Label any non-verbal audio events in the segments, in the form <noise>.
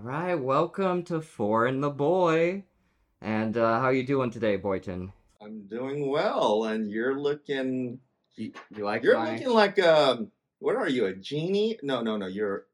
right, welcome to Four and the Boy. And uh, how you doing today, Boyton? I'm doing well, and you're looking. You, you like You're my- looking like a. What are you? A genie? No, no, no. You're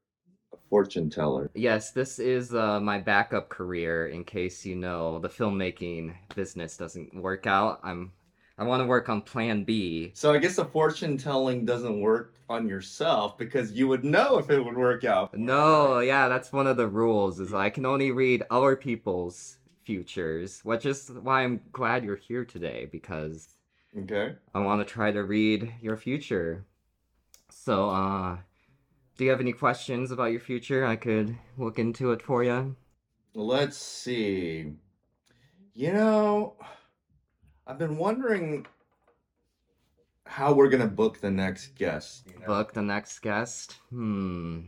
a fortune teller. Yes, this is uh, my backup career in case you know the filmmaking business doesn't work out. I'm I want to work on Plan B. So I guess the fortune telling doesn't work on yourself because you would know if it would work out. No, yeah, that's one of the rules is I can only read other people's futures, which is why I'm glad you're here today because Okay. I want to try to read your future. So, uh, do you have any questions about your future? I could look into it for you. Let's see. You know, I've been wondering how we're gonna book the next guest. You know? Book the next guest. Hmm.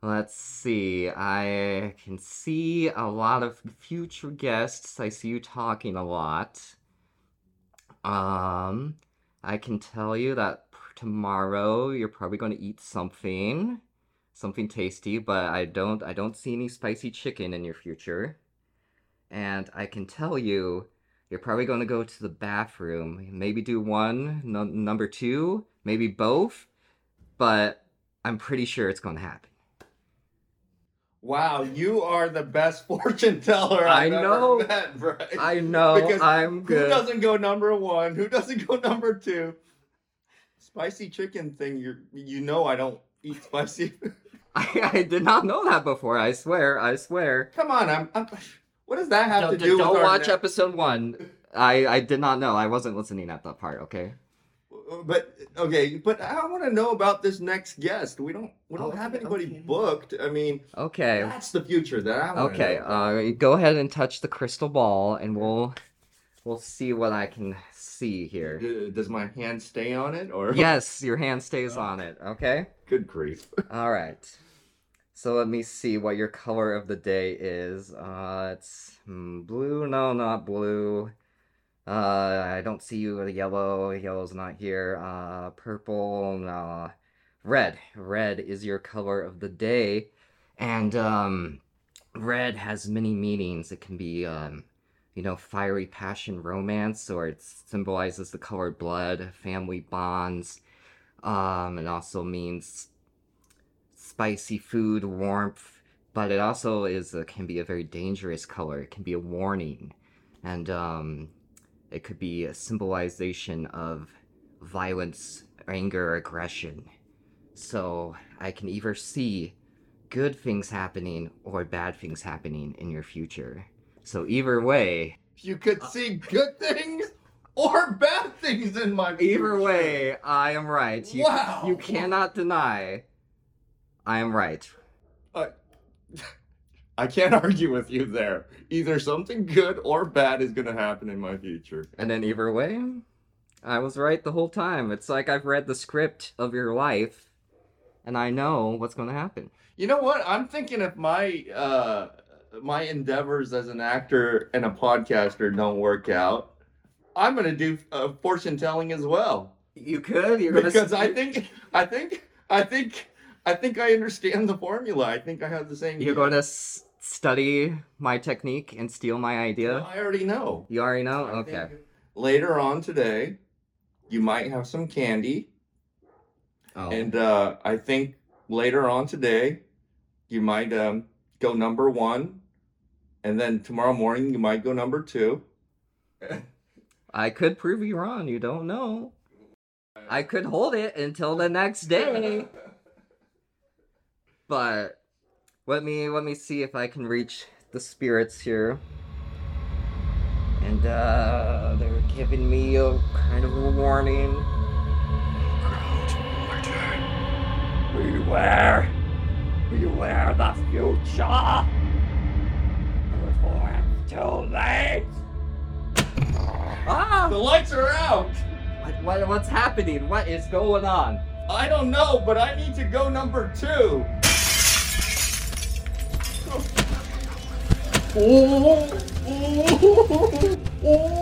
Let's see. I can see a lot of future guests. I see you talking a lot. Um, I can tell you that p- tomorrow you're probably going to eat something, something tasty. But I don't. I don't see any spicy chicken in your future. And I can tell you you're probably going to go to the bathroom. Maybe do one, no, number two, maybe both. But I'm pretty sure it's going to happen. Wow, you are the best <laughs> fortune teller I've I ever know. met, <laughs> Bryce. I know. Because I'm Who good. doesn't go number one? Who doesn't go number two? Spicy chicken thing. You you know I don't eat spicy. <laughs> <laughs> I, I did not know that before. I swear. I swear. Come on, I'm. I'm what does that have Don't, to do don't with our watch ne- episode one. <laughs> I, I did not know. I wasn't listening at that part, okay? But okay, but I want to know about this next guest. We don't we don't Oh, have anybody okay. booked. I mean, Okay. that's the future that I want. Okay, uh, go ahead and touch the crystal ball and we'll we'll see what I can see here. <laughs> Does my hand stay on it or? yes, your hand stays on it. Okay. <laughs> Good grief. <laughs> All right. So let me see what your color of the day is. Uh, it's mm, blue. No, not blue. Uh, I don't see you with yellow. Yellow's not here. Uh, purple. No. Red. Red is your color of the day, and um, red has many meanings. It can be um, you know, fiery passion, romance, or it symbolizes the color blood, family bonds. Um, it also means spicy food, warmth, but it also is a, can be a very dangerous color. It can be a warning, and um, it could be a symbolization of violence, anger, aggression. So I can either see good things happening or bad things happening in your future. So either way, You could Uh, see good things or bad things in my. either future. way, I am right. You, wow. you cannot deny I am right. I can't <laughs> argue with you there. Either something good or bad is going to happen in my future. And then either way, I was right the whole time. It's like I've read the script of your life, and I know what's going to happen. You know what? I'm thinking if my uh, my endeavors as an actor and a podcaster don't work out, I'm going to do uh, fortune telling as well. You could. You're gonna. Because I think I think I think I think I understand the formula. I think I have the same. you're going to s- study my technique and steal my idea. I already know. You already know. I Oh, Okay. think Later on today, you might have some candy. Oh. And uh, I think later on today, you might um, go number one, and then tomorrow morning you might go number two. I could prove you wrong. You don't know. I could hold it until the next <laughs> day. but let me let me see if I can reach the spirits here. And uh they're giving me a kind of a warning. Beware! Beware the future! Before it's too late! The Ah! lights are out. What, what, what's happening? What is going on? I don't know, but I need to go number two. Oh, oh, oh, oh.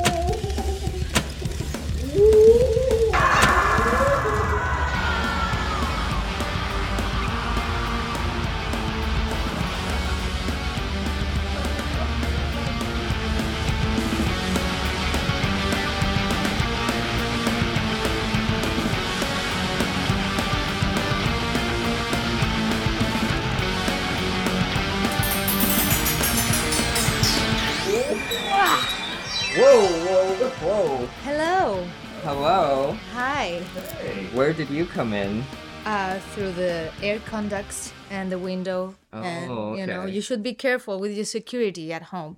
Whoa. Hello. Hello. Hi. Hey. Where did you come in? Uh, through the air conducts and the window, and Oh, you know okay. you should be careful with your security at home.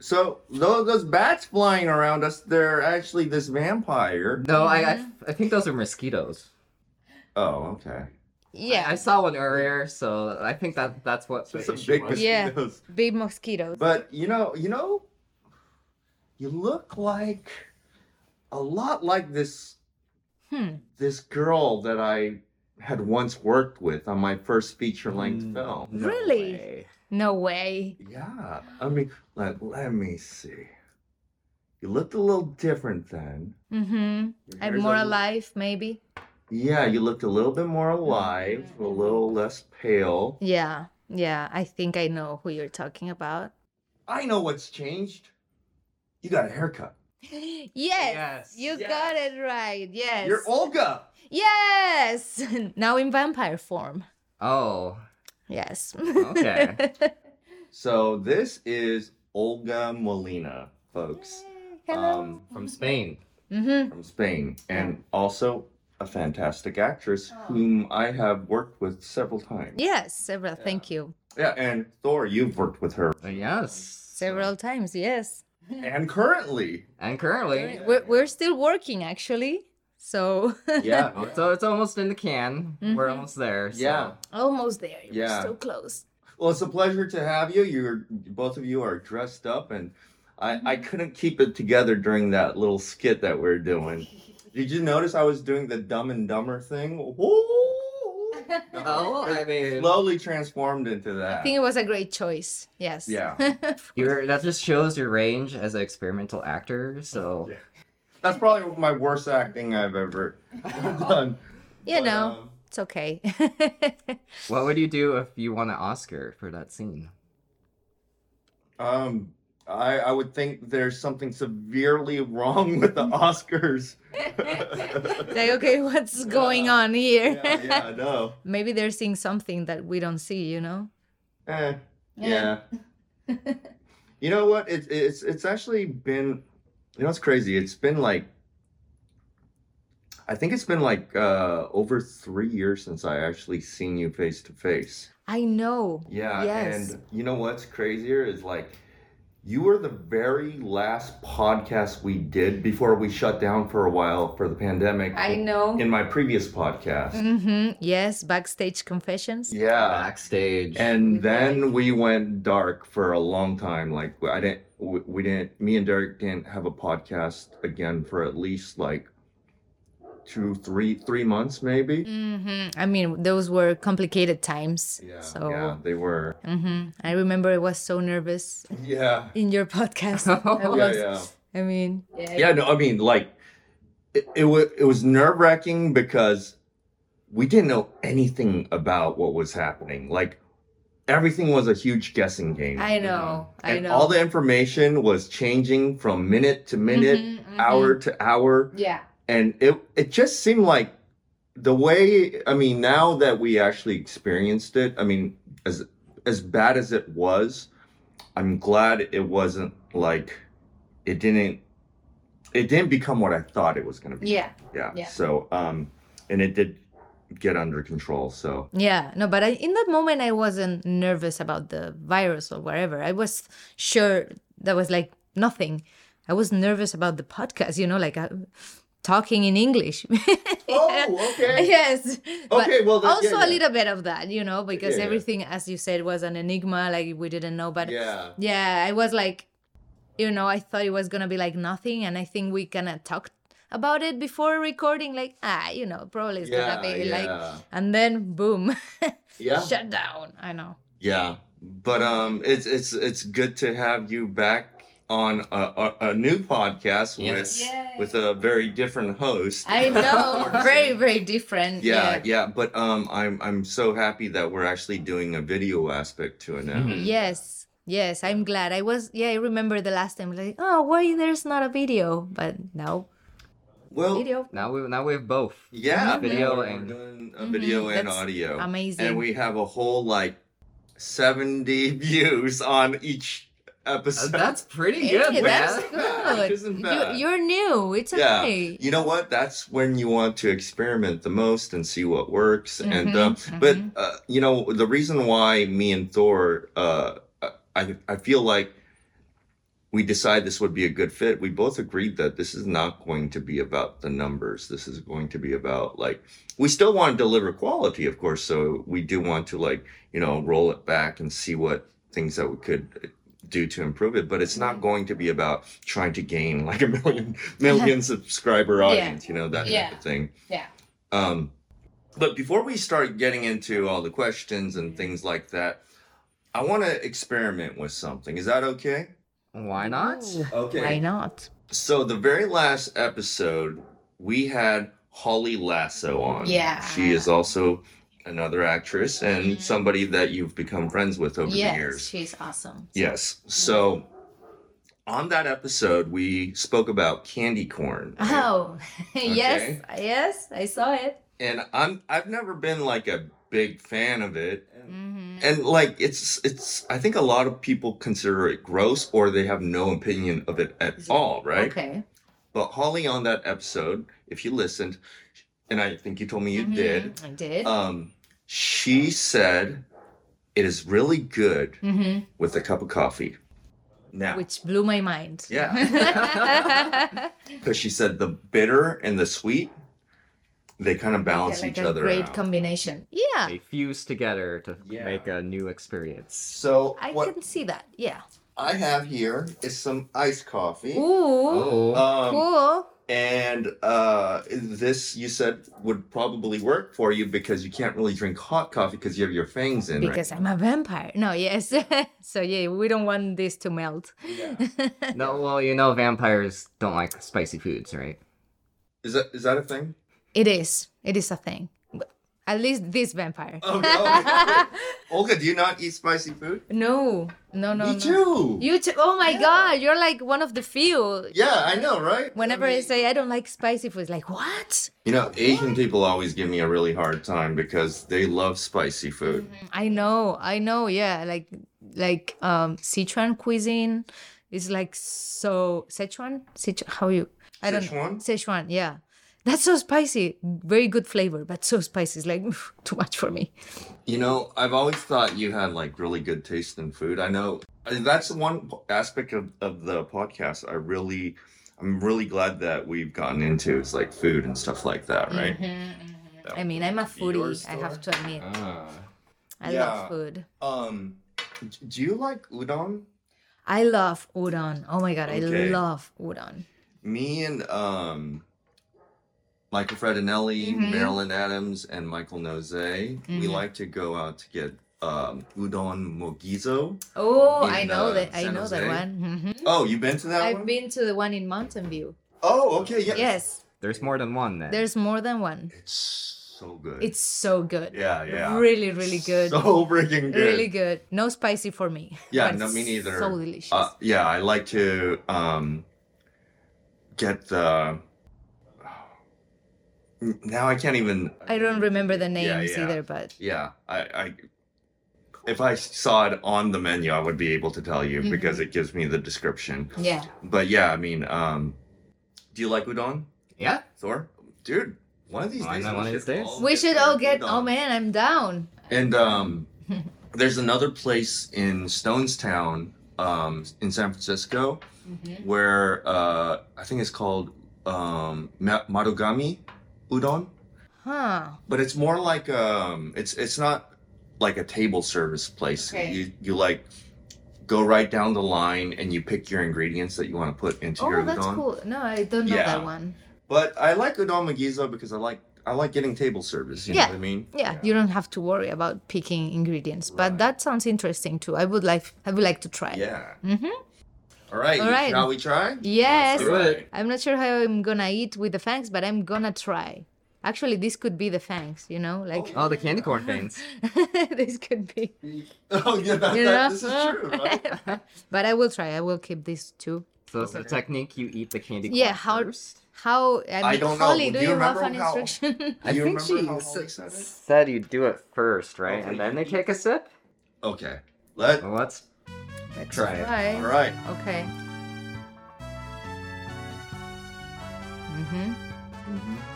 So those, those bats flying around us, they're actually this vampire. No, I, I, I think those are mosquitoes. Oh, okay. Yeah, I saw one earlier, so I think that that's what. So some big was- Yeah. mosquitoes. big mosquitoes. But you know, you know, you look like a lot like this Hmm. this girl that I had once worked with on my first feature length Mm, film. no Really? way. No way. Yeah, I mean, like, let me see. You looked a little different then. Mm-hmm. Your I'm hair's more a- alive, maybe. Yeah, you looked a little bit more alive, a little less pale. Yeah, yeah. I think I know who you're talking about. <gasps> I know what's changed. You got a haircut. Yes. Yes. You Yes. got it right. Yes. You're Olga. Yes. <laughs> now in vampire form. Oh, Yes. <laughs> Okay. So this is Olga Molina, folks, Hello. Um, from Spain. mm-hmm. from Spain, and also a fantastic actress Oh. whom I have worked with several times. Yes, several. Thank you. Yeah, and Thor, you've worked with <laughs> her. Uh, Yes. Several times. Yes. And currently. And currently. We're we're still working actually. So <laughs> <laughs> Yeah. uh, So it's almost in the can. We're Mhm. almost there. so- Yeah. almost there. We're Yeah. So close. Well, it's a pleasure to have you. You're both of you are dressed up, and I I Mm-hmm. couldn't keep it together during that little skit that we are <laughs> doing. Did you notice I was doing the Dumb and Dumber thing? Ooh. Oh, I mean, Slowly transformed into that. I think it was a great choice. Yes. Yeah. your that just shows your range as an experimental actor. So Yeah. That's probably my worst acting I've <laughs> ever done. <laughs> you But, know, um, it's <laughs> okay. what would you do if you won an Oscar for that scene? Um, I I would think there's something severely wrong with <laughs> the Oscars. like, okay, what's going Yeah. on here? <laughs> yeah, yeah, I know. <laughs> Maybe they're seeing something that we don't see, you know? Eh, yeah. <laughs> you know what? It's it's it's actually been. You know what's crazy? It's been like. I think it's been like uh, over three years since I actually seen you face to face. I know. Yeah, Yes. and you know what's crazier is like you were the very last podcast we did before we shut down for a while for the pandemic. I know. In my previous podcast. Mm-hmm. Yes, backstage confessions. Yeah. Backstage. And then we went dark for a long time. Like I didn't we, we didn't me and Derek didn't have a podcast again for at least like two, three three months maybe. Mm-hmm. I mean, those were complicated times. Yeah. So Yeah, they were. hmm I remember I was so nervous Yeah. in your <laughs> podcast. I Yeah, Yeah, was. yeah. I mean, Yeah, no, I mean, like, it, it was it was nerve wracking because we didn't know anything about what was happening. Like, everything was a huge guessing game. I know. I and know. all the information was changing from minute to minute, Mhm, mhm. hour to hour, Yeah. and it it just seemed like the way. I mean, now that we actually experienced it, I mean, as as bad as it was, I'm glad it wasn't like it didn't it didn't become what I thought it was gonna be. Yeah. Yeah. yeah. So um and it did get under control. So Yeah, no, but I, in that moment, I wasn't nervous about the virus or whatever. I was sure that was like nothing. I was nervous about the podcast, you know, like uh, talking in English. <laughs> Oh, okay. yes. But Okay, well, then- yeah, also yeah. a little bit of that, you know, because Yeah, yeah. everything, as you said, was an enigma. Like we didn't know, but Yeah. yeah, I was like, you know, I thought it was gonna be like nothing, and I think we kind of talked about it before recording. Like ah, you know, probably it's Yeah, gonna be like, yeah. and then boom. <laughs> Yeah. Shut down. I know. Yeah. But um it's it's it's good to have you back on a, a, a new Yes. podcast with Yay. with a very different host. <laughs> I know. <laughs> very, very different. yeah, yeah, but um I'm I'm so happy that we're actually doing a video aspect to it now. Mhm. Yes. Yes. I'm glad. I was, yeah, I remember the last time, like, oh, why there's not a video? But now, Well, video. now we now we have both. Yeah, Video we're and- doing a Mhm, video and that's audio, amazing. <laughs> and we have a whole like seventy views on each <laughs> episode. That's pretty Hey, good, man. that's It <laughs> isn't good. bad. You, are new. It's Yeah. okay. you know what? That's when you want to experiment the most and see what works. And Mhm, um, but mhm. uh, you know the reason why me and Thor, uh, I I feel like we decide this would be a good fit. We both agreed that this is not going to be about the numbers. This is going to be about like we still want to deliver quality, of course. So we do want to like you know roll it back and see what things that we could do to improve it but it's not going to be about trying to gain like a million million subscriber audience you know that Yeah. type of thing Yeah. um but before we start getting into all the questions and things like that i want to experiment with something is that okay Why not? okay Why not? so the very last episode, we had Holly Lasso on. Yeah. She is also another actress and Mhm. somebody that you've become friends with over the years. she's awesome. Yes. So on that episode, we spoke about candy corn. right? Oh, <laughs> yes, Okay. yes, I saw it. And I'm I've never been like a big fan of it. hmm And like it's it's I think a lot of people consider it gross or they have no opinion of it at all, right? Okay. But Holly on that episode, if you listened, and I think you told me you Mhm, did, I did. um, she said it is really good hmm with a cup of coffee. Now, Which blew my mind. <laughs> Yeah. because she said the bitter and the sweet, they kind of <laughs> balance like each a other great out. combination. Yeah, They fuse together to Yeah. make a new <laughs> experience. so I what can see that. Yeah. I have here is some iced coffee. Ooh, Oh, Um, cool. And uh, this you said would probably work for you because you can't really drink hot coffee because you have your fangs in. right? Because I'm a vampire. No, yes. <laughs> so yeah, we don't want this to melt. no, well, you know, vampires don't like spicy foods, right? Is that is that a thing? <laughs> It is. It is a thing. But At least this vampire. Oh, no. Olga, do you not eat spicy food? no, no, no. Me no. too. You too. Oh my god, you're like one of the few. yeah, I know, right? Whenever I mean- say I don't like spicy food, it's like what? you know, Asian people always give me a really hard time because they love spicy food. I know, I know. Yeah, like like um Sichuan cuisine is like so Sichuan. Sichuan how you? I don't Sichuan? Sichuan. Yeah, that's so spicy. Very good flavor, but so spicy is like <laughs> too much for me. You know, I've always thought you had like really good taste in food. I know I- that's one p- aspect of, of the podcast I really, I'm really glad that we've gotten into is like food and stuff like that, right? Mm-hmm, I mean, I'm a Your foodie. I store? have to admit, Ah. I Yeah. love food. Um, d- do you like udon? I love udon. Oh my god, Okay. I love udon. me and um Michael Fredinelli, Mhm. Marilyn Adams, and Michael Nose, we Mhm. like to go out to get um, udon mogizo. Oh, In, I know uh, that. I San know that Jose? one. hmm Oh, you been to that I've one? been to the one in Mountain View. Oh, okay, yeah. Yes, There's more than one then. there's more than one. It's so good. It's so good. yeah, yeah. Really, really good. So freaking good. Really good. No spicy for me. Yeah, But no, me it's neither. So delicious. Uh, yeah, I like to um, get the. Now I can't even. I don't remember the Yeah, names yeah. either, but Yeah, I, I if I saw it on the menu, I would be able to tell Mm-hmm. you because it gives me the description. yeah. But yeah, I mean, um, do you like udon, yeah. Thor? Dude, one of these Why days, not we one of these should days? all We should all get. udon. Oh man, I'm down. And um, there's another place in Stonestown, um, in San Francisco, Mm-hmm. where uh, I think it's called um, Ma- Marugami Udon. Huh. but it's more like um it's it's not like a table service place Okay. you you like go right down the line and you pick your ingredients that you want to put into your Oh, that's udon cool. No, I don't know Yeah. that one. but i like udon magizo because i like i like getting table service you Yeah. know what i mean Yeah, you don't have to worry about picking ingredients, but that sounds interesting too. I would like. I would like to try. it. yeah Mhm. all right All right. shall we try Yes. All right. I'm not sure how I'm gonna eat with the fangs, but I'm gonna try. Actually, this could be the fangs. You know, like Oh, the candy corn things. <laughs> this could <laughs> be. oh yeah that, You that- know? this is true <laughs> right? But I will try. I will keep these two. So it's the technique you eat the candy corn Yeah, how- first. How? And I don't know. Holly, Do do you you, have remember an how- instruction? I You think remember she how s- Holly said it? Oh, said you do it first, right? Okay. And then they take a sip. okay let Well, let's <laughs> Let's Try it. All right. Okay. Mm-hmm.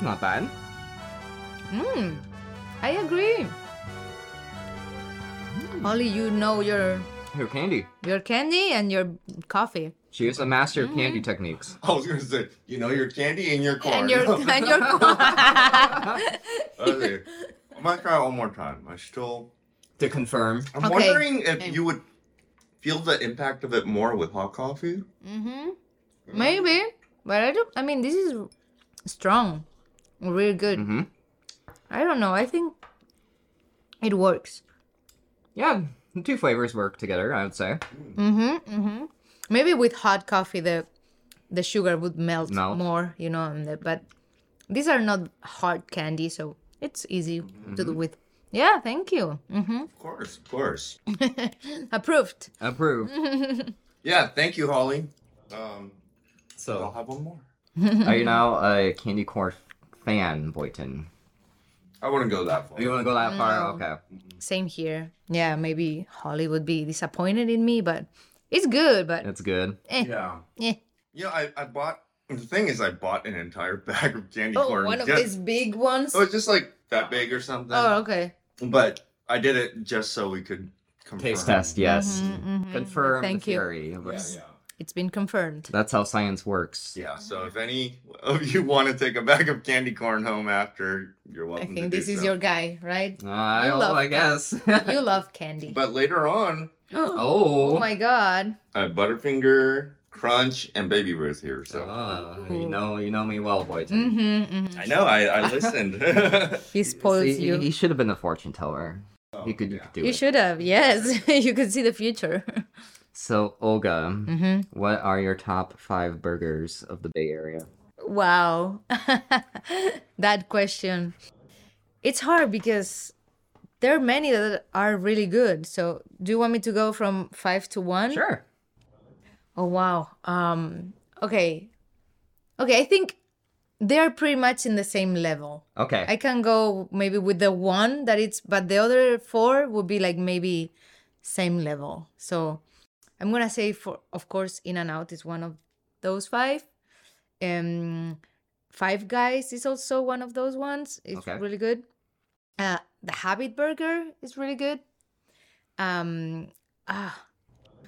Not bad. Mm, I agree. Mm. Only you know your Here, candy. your candy and your coffee She is a master of Mm-hmm. candy techniques. I was gonna say, you know your candy and your corn. <laughs> and your and your. Okay. I might try it one more time. I still. To confirm. I'm Okay. wondering if Okay. you would feel the impact of it more with hot coffee. mm-hmm. <laughs> Maybe, but I don't. I mean, this is strong, really good. Mhm. I don't know. I think it works. Yeah, the two flavors work together, I would say. Mm-hmm. Mm-hmm. Maybe with hot coffee, the the sugar would melt, Melt. more, you know. And the, but these are not hard candy, so it's easy to do with. Yeah, thank you. Mm-hmm. Of course, of course. <laughs> Approved. Approved. Yeah, thank you, Holly. Um, I'll So have one more. Are you now a candy corn fan, Boyton? I wouldn't go that far. Oh, You want to go that far? Okay. Same here. Yeah, maybe Holly would be disappointed in me, but it's good. But That's good. Yeah. eh. You know, I, I bought. The thing is, I bought an entire <laughs> bag of candy oh, corn. one of just- these big ones. It Oh, was just like that big or something. Oh, okay. But I did it just so we could confirm. Taste test, yes. Confirm Mm-hmm, Mm, Thank the you. theory. Yeah, yeah. It's been confirmed. That's how science works. Yeah, so if any of you <laughs> want to take a bag of candy corn home after, you're I welcome. to think do this is so. your guy, right? I, You love I guess. <laughs> You love candy. But later on, oh. <gasps> oh my god. I have Butterfinger, Crunch, and Baby Ruth here. So Ah, you know, you know me well, Boyton. Mm-hmm, mm-hmm. I know I, I listened. <laughs> He spoils See, you. He, he should have been a fortune teller. Oh, <laughs> he could, you could do You it. should have, yes. <laughs> you could see the future. <laughs> So, Olga, Mm-hmm. what are your top five burgers of the Bay Area? wow. <laughs> that question. It's hard because there are many that are really good. So, do you want me to go from five to one? Sure. Oh, wow. Um, okay. Okay, I think they are pretty much in the same level. Okay. I can go maybe with the one that it's, but the other four would be like maybe same level. So I'm gonna say for of course In and Out is one of those five. Um, Five Guys is also one of those ones. It's Okay. really good. Uh, the Habit Burger is really good. Um, ah,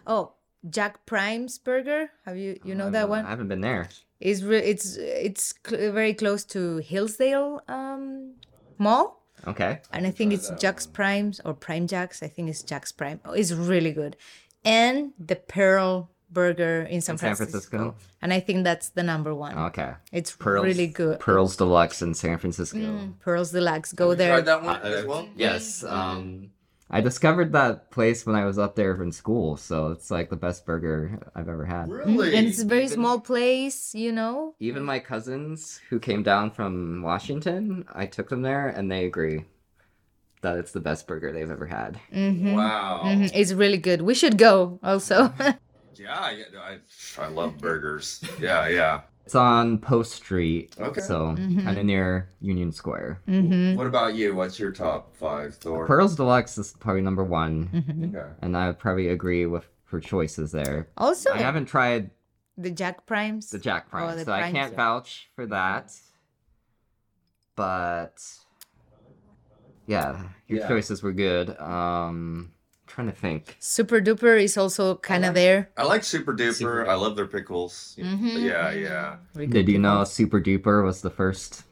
oh, Jack Prime's Burger. Have you you know I that haven't- one? I haven't been there. is re- it's it's cl- very close to Hillsdale um, Mall, Okay. and I think it's Jack's Primes or Prime Jack's. I think it's Jack's Prime. Oh, it's really good, and the Pearl Burger in San, San Francisco. Francisco. and I think that's the number one. Okay. It's Pearls. really good. Mm. Pearls Deluxe in San Francisco. Pearls Deluxe, go there. Tried that one Uh, as well. Yes. Um, I discovered that place when I was up there from school, so it's like the best burger I've ever had. Really? And Mm-hmm. it's a very small place, you know. Even my cousins who came down from Washington, I took them there, and they agree that it's the best burger they've ever had. Wow. Mhm, It's really good. We should go <laughs> also. <laughs> Yeah, yeah I, I love burgers. Yeah, yeah. It's on Post Street, Okay. Mm-hmm. so kind of near Union Square. Mm-hmm. What about you? What's your top five, Thor? Pearls Deluxe is probably number one, Mm-hmm. Okay. and I would probably agree with her choices there. also, I haven't tried the Jack Primes. the Jack Prime, Oh, the so I Primes, can't yeah. vouch for that. But yeah, your Yeah. choices were good. Um, trying to think. Super Duper is also kind of there. I like Super Duper. Super- I love their pickles. Mm-hmm, Yeah, yeah. Did you know Super Duper was the first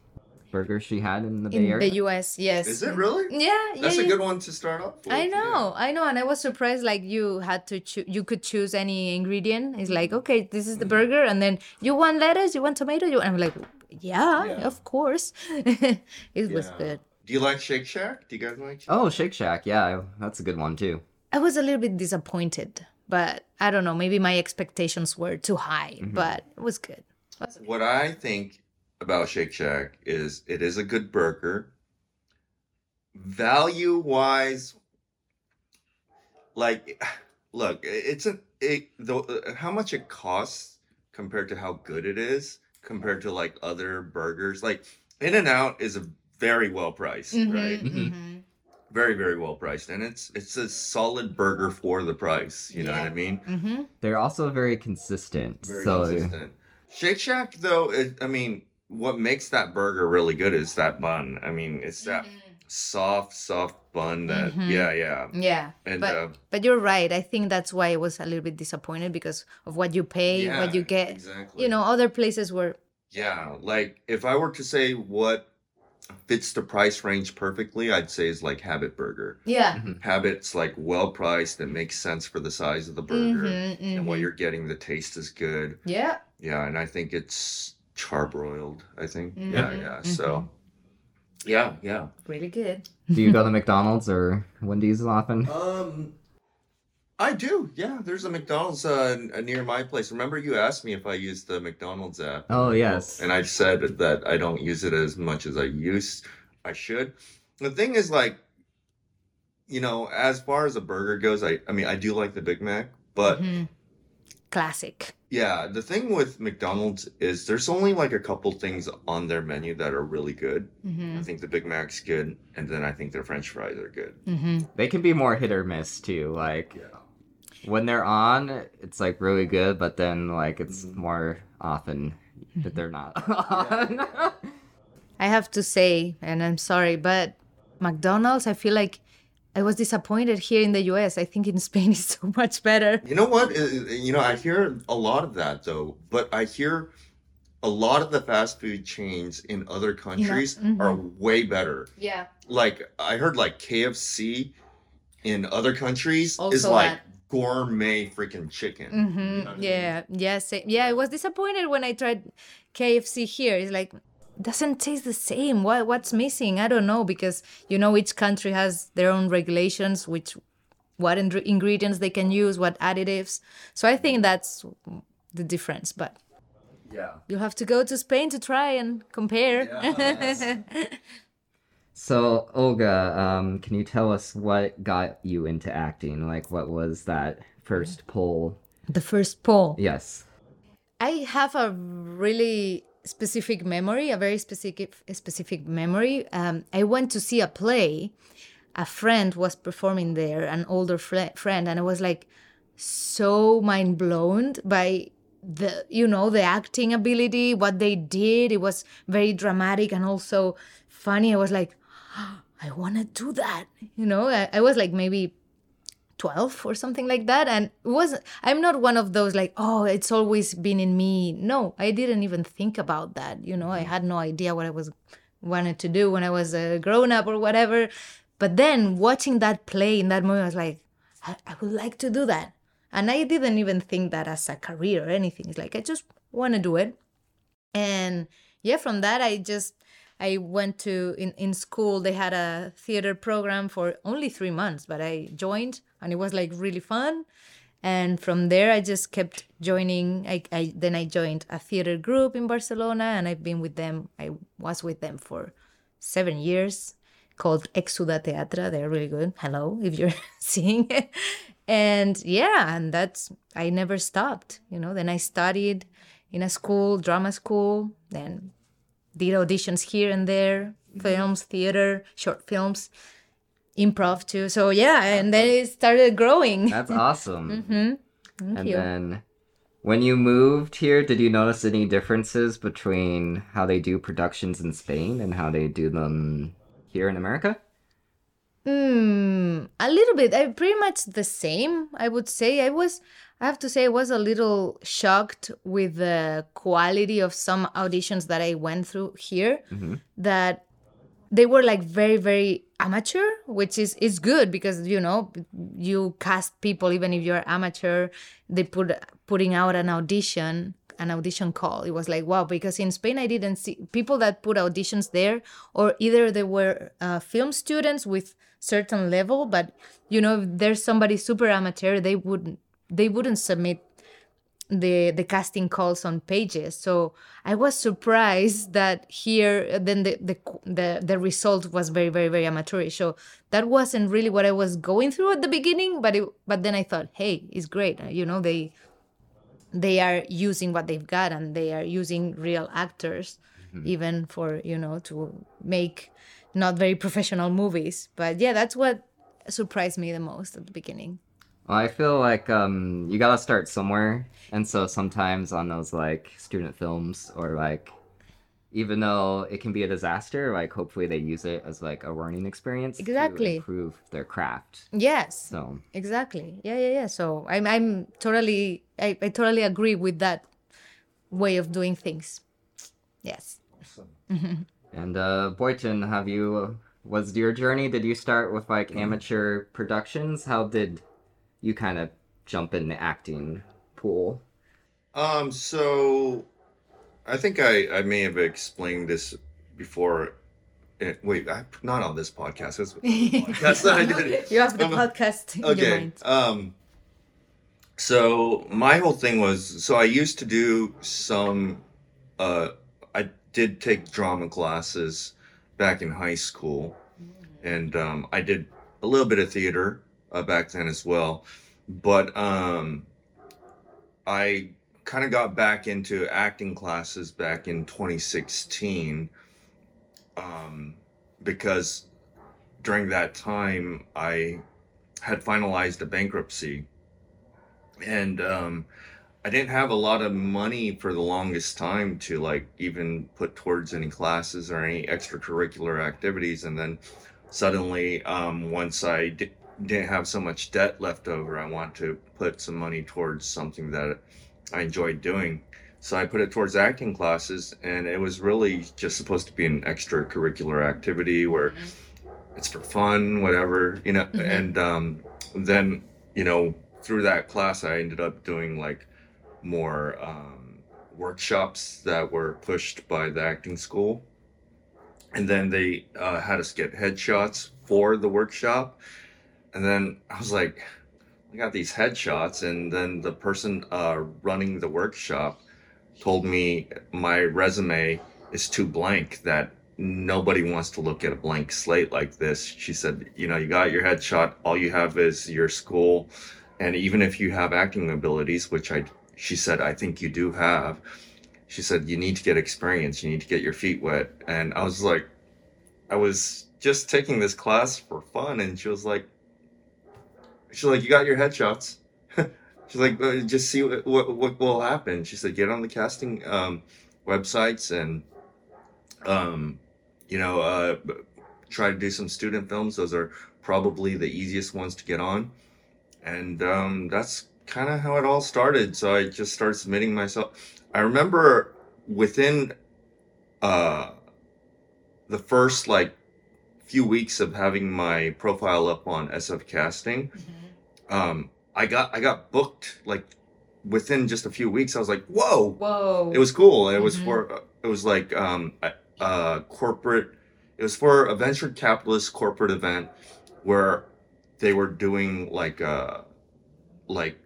burger she had in the Bay in Area? the US. Yes. Is it really? Yeah, yeah. That's yeah. a good one to start off with. I yeah. know, I know, and I was surprised. Like you had to choose, you could choose any ingredient. It's like, Mm-hmm. okay, this is the burger, and then you want lettuce, you want tomato. You, I'm like, yeah, Yeah. of course. <laughs> it was Yeah. good. Do you like Shake Shack? Do you guys like Shake Oh, Shake Shack. Yeah, that's a good one too. I was a little bit disappointed, but I don't know. Maybe my expectations were too high, Mm-hmm. but it was good. What I think about Shake Shack is it is a good burger. Value wise, like, <sighs> look, it's a it the uh, how much it costs compared to how good it is compared to like Mm-hmm, other burgers. Like In and Out is a very well priced, right? Mhm. mhm. very very well priced, and it's it's a solid burger for the price. You know Yeah. what I mean? Mm-hmm. They're also very consistent. Very so consistent. Shake Shack though, it, I mean, what makes that burger really good is that bun. I mean, it's that Mm-hmm. soft soft bun that Mhm. yeah yeah Yeah. and but uh, but you're right. I think that's why I was a little bit disappointed because of what you pay, yeah, what you get. exactly You know, other places were Yeah, like if I were to say what fits the price range perfectly, I'd say is like Habit Burger. yeah. Habit's like well priced, it makes sense for the size of the burger, Mm-hmm, and what mhm. you're getting, the taste is good. yeah. Yeah, and I think it's charbroiled. I think. Yeah, Mhm, yeah. So. Yeah, yeah. Really good. do you go to <laughs> McDonald's or Wendy's often? Um, I do. Yeah, there's a McDonald's uh, n- near my place. Remember, you asked me if I used the McDonald's app. Oh yes. and I've said that I don't use it as much as I used I should. The thing is like you know, as far as a burger goes, I I mean I do like the Big Mac, but Mhm. Classic. yeah, the thing with McDonald's is there's only like a couple things on their menu that are really good. Mm-hmm. I think the Big Mac's good, and then I think their French fries are good. Mm-hmm. They can be more hit or miss too. Like Yeah. when they're on, it's like really good, but then like it's Mhm. more often Mm-hmm. that they're not <laughs> on. I have to say, and I'm sorry, but McDonald's, I feel like I was disappointed here in the US. I think in <laughs> Spain it's so much better. You know what? Uh, You know, I hear a lot of that though, but I hear a lot of the fast food chains in other countries mm-hmm. are way better. Yeah. Like I heard like KFC in other countries is Also like gourmet freaking chicken. You know what I Oh, Mm-hmm. mean? Yeah. Yeah. Same. Yeah. I was disappointed when I tried KFC here. It's like, doesn't taste the same. What, what's missing? I don't know because, you know, each country has their own regulations, which what in- ingredients they can use, what additives. So I think that's the difference. But yeah. you'll have to go to Spain to try and compare. So Olga, um, can you tell us what got you into acting? Like what was that first pull? <laughs> the first poll. Yes. I have a really specific memory, a very specific specific memory. Um, I went to see a play. A friend was performing there, an older fri- friend, and I was like so mind blown by the you know the acting ability, what they did. It was very dramatic and also funny. I was like, <gasps> I want to do that. You know, I, I was like maybe 12 or something like that and it was i'm not one of those like oh it's always been in me no i didn't even think about that you know i had no idea what i was wanted to do when i was a grown up or whatever but then watching that play in that moment i was like i, I would like to do that and i didn't even think that as a career or anything it's like i just want to do it and yeah from that i just i went to in, in school they had a theater program for only three months but i joined and it was like really fun and from there i just kept joining i, I then i joined a theater group in barcelona and i've been with them i was with them for seven years called Exuda Teatra. They're really good. Hello, <laughs> if you're seeing it. And yeah, and that's, I never stopped. You know, then I studied in a school, drama school, then did auditions here and there, Mm-hmm. films, theater, short films, improv too. So yeah, and then it started growing. <laughs> That's awesome. Mm-hmm, Thank and <laughs> you. then when you moved here, did you notice any differences between how they do productions in Spain and how they do them here in America? Mm, a little bit. I pretty much the same, I would say. I was, I have to say, I was a little shocked with the quality of some auditions that I went through here. That they were like very, very amateur, which is is good because you know you cast people even if you're amateur. They put putting out an audition, an audition call. It was like wow because in Spain I didn't see people that put auditions there, or either they were uh, film students with certain level but you know if there's somebody super amateur they wouldn't they wouldn't submit the the casting calls on pages so i was surprised that here uh, then the the qu- the, the result was very very very amateurish so that wasn't really what i was going through at the beginning but it, but then i thought hey it's great Uh, you know they they are using what they've got and they are using real actors even for you know to make not very professional movies. But yeah, that's what surprised me the most at the beginning. Well, I feel like um, you gotta start somewhere, and so sometimes on those like student films or like, even though it can be a disaster, like hopefully they use it as like a learning experience to Exactly. improve their craft. Yes. So Exactly. Yeah, yeah, yeah. So I'm I'm totally I, I totally agree with that way of doing things. Yes. and uh, Boyton, have you? Was your journey? Did you start with Mm-hmm. like amateur productions? How did you kind of jump in the acting pool? Um, so I think I, I may have explained this before. Eh, Wait, I, not on this podcast. That's, <laughs> that's not I did. <laughs> You have the Um, podcast <laughs> in your Okay. mind. Um, so my whole thing was so I used to do some. Uh, I did take drama classes back in high school, and um, I did a little bit of theater uh, back then as well. But um, I kind of got back into acting classes back in 2016 um, because during that time I had finalized a bankruptcy and um, i didn't have a lot of money for the longest time to like even put towards any classes or any extracurricular activities and then suddenly um, once i di- didn't have so much debt left over i wanted to put some money towards something that i enjoyed doing so i put it towards acting classes and it was really just supposed to be an extracurricular activity where it's for fun, whatever, you know. Mhm. And um, then, you know, through that class, I ended up doing like more um, workshops that were pushed by the acting school. And then they uh, had us get headshots for the workshop. And then I was like, I got these headshots. And then the person uh, running the workshop told me my resume is too blank that nobody wants to look at a blank slate like this. She said, you know, you got your headshot, all you have is your school. And even if you have acting abilities, which I, she said, I think you do have, she said, you need to get experience, you need to get your feet wet. And I was like, I was just taking this class for fun. And she was like, she's like, you got your headshots. <laughs> She's like, "Uh, just see what, what, what will happen. She said, get on the casting um, websites and um, you know, uh, b- try to do some student films. Those are probably the easiest ones to get on. And um, that's kind of how it all started. So I just started submitting myself. I remember within uh, the first like few weeks of having my profile up on SF Casting, um, I got I got booked like within just a few weeks. I was like, whoa, Whoa. it was cool. It was Mhm. for it was like um uh corporate. It was for a venture capitalist corporate event where they were doing like a like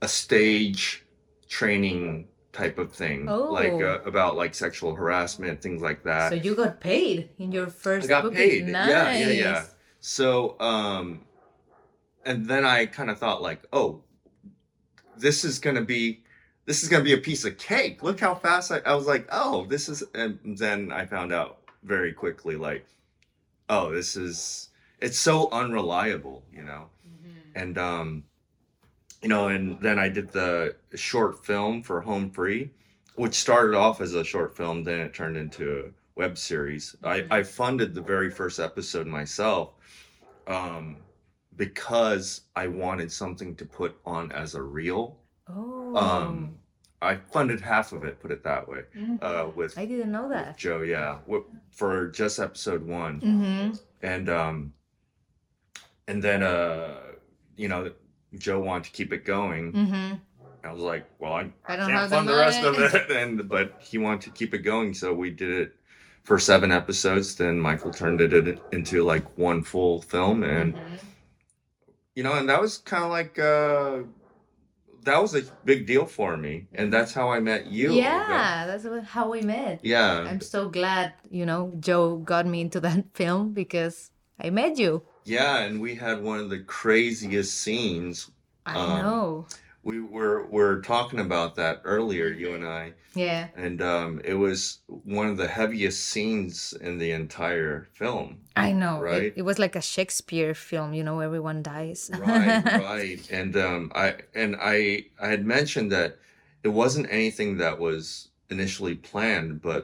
a stage training type of thing, like Oh. uh, about like sexual harassment, things like that. so you got paid in your first I got booking. paid. Nice. Yeah, yeah, yeah. So, um, and then I kind of thought like, oh, this is gonna be, this is gonna be a piece of cake. Look how fast I, I was like, oh, this is, and then I found out very quickly like, oh, this is, it's so unreliable, you know and um you know and then i did the short film for home free which started off as a short film then it turned into a web series i i funded the very first episode myself um because i wanted something to put on as a reel Oh. um i funded half of it put it that way uh with Mm. I didn't know with that. joe yeah wh- for just episode one Mm-hmm. and um and then uh you know joe wanted to keep it going Mm-hmm. i was like well i, I can't don't have the fund the rest of money. it <laughs> and but he wanted to keep it going so we did it for seven episodes then michael turned it in- into like one full film <laughs> and you know and that was kind of like uh that was a big deal for me and that's how i met you yeah, that's what- how we met. yeah I'm so glad, you know, Joe got me into that <laughs> film because I met you. yeah and we had one of the craziest scenes I Um, know. we were were talking about that earlier, you and I, Yeah. and um, it was one of the heaviest scenes in the entire film. I know. It- Right? It, was like a Shakespeare film, you know, everyone dies. <laughs> right right and um i and i i had mentioned that it wasn't anything that was initially planned but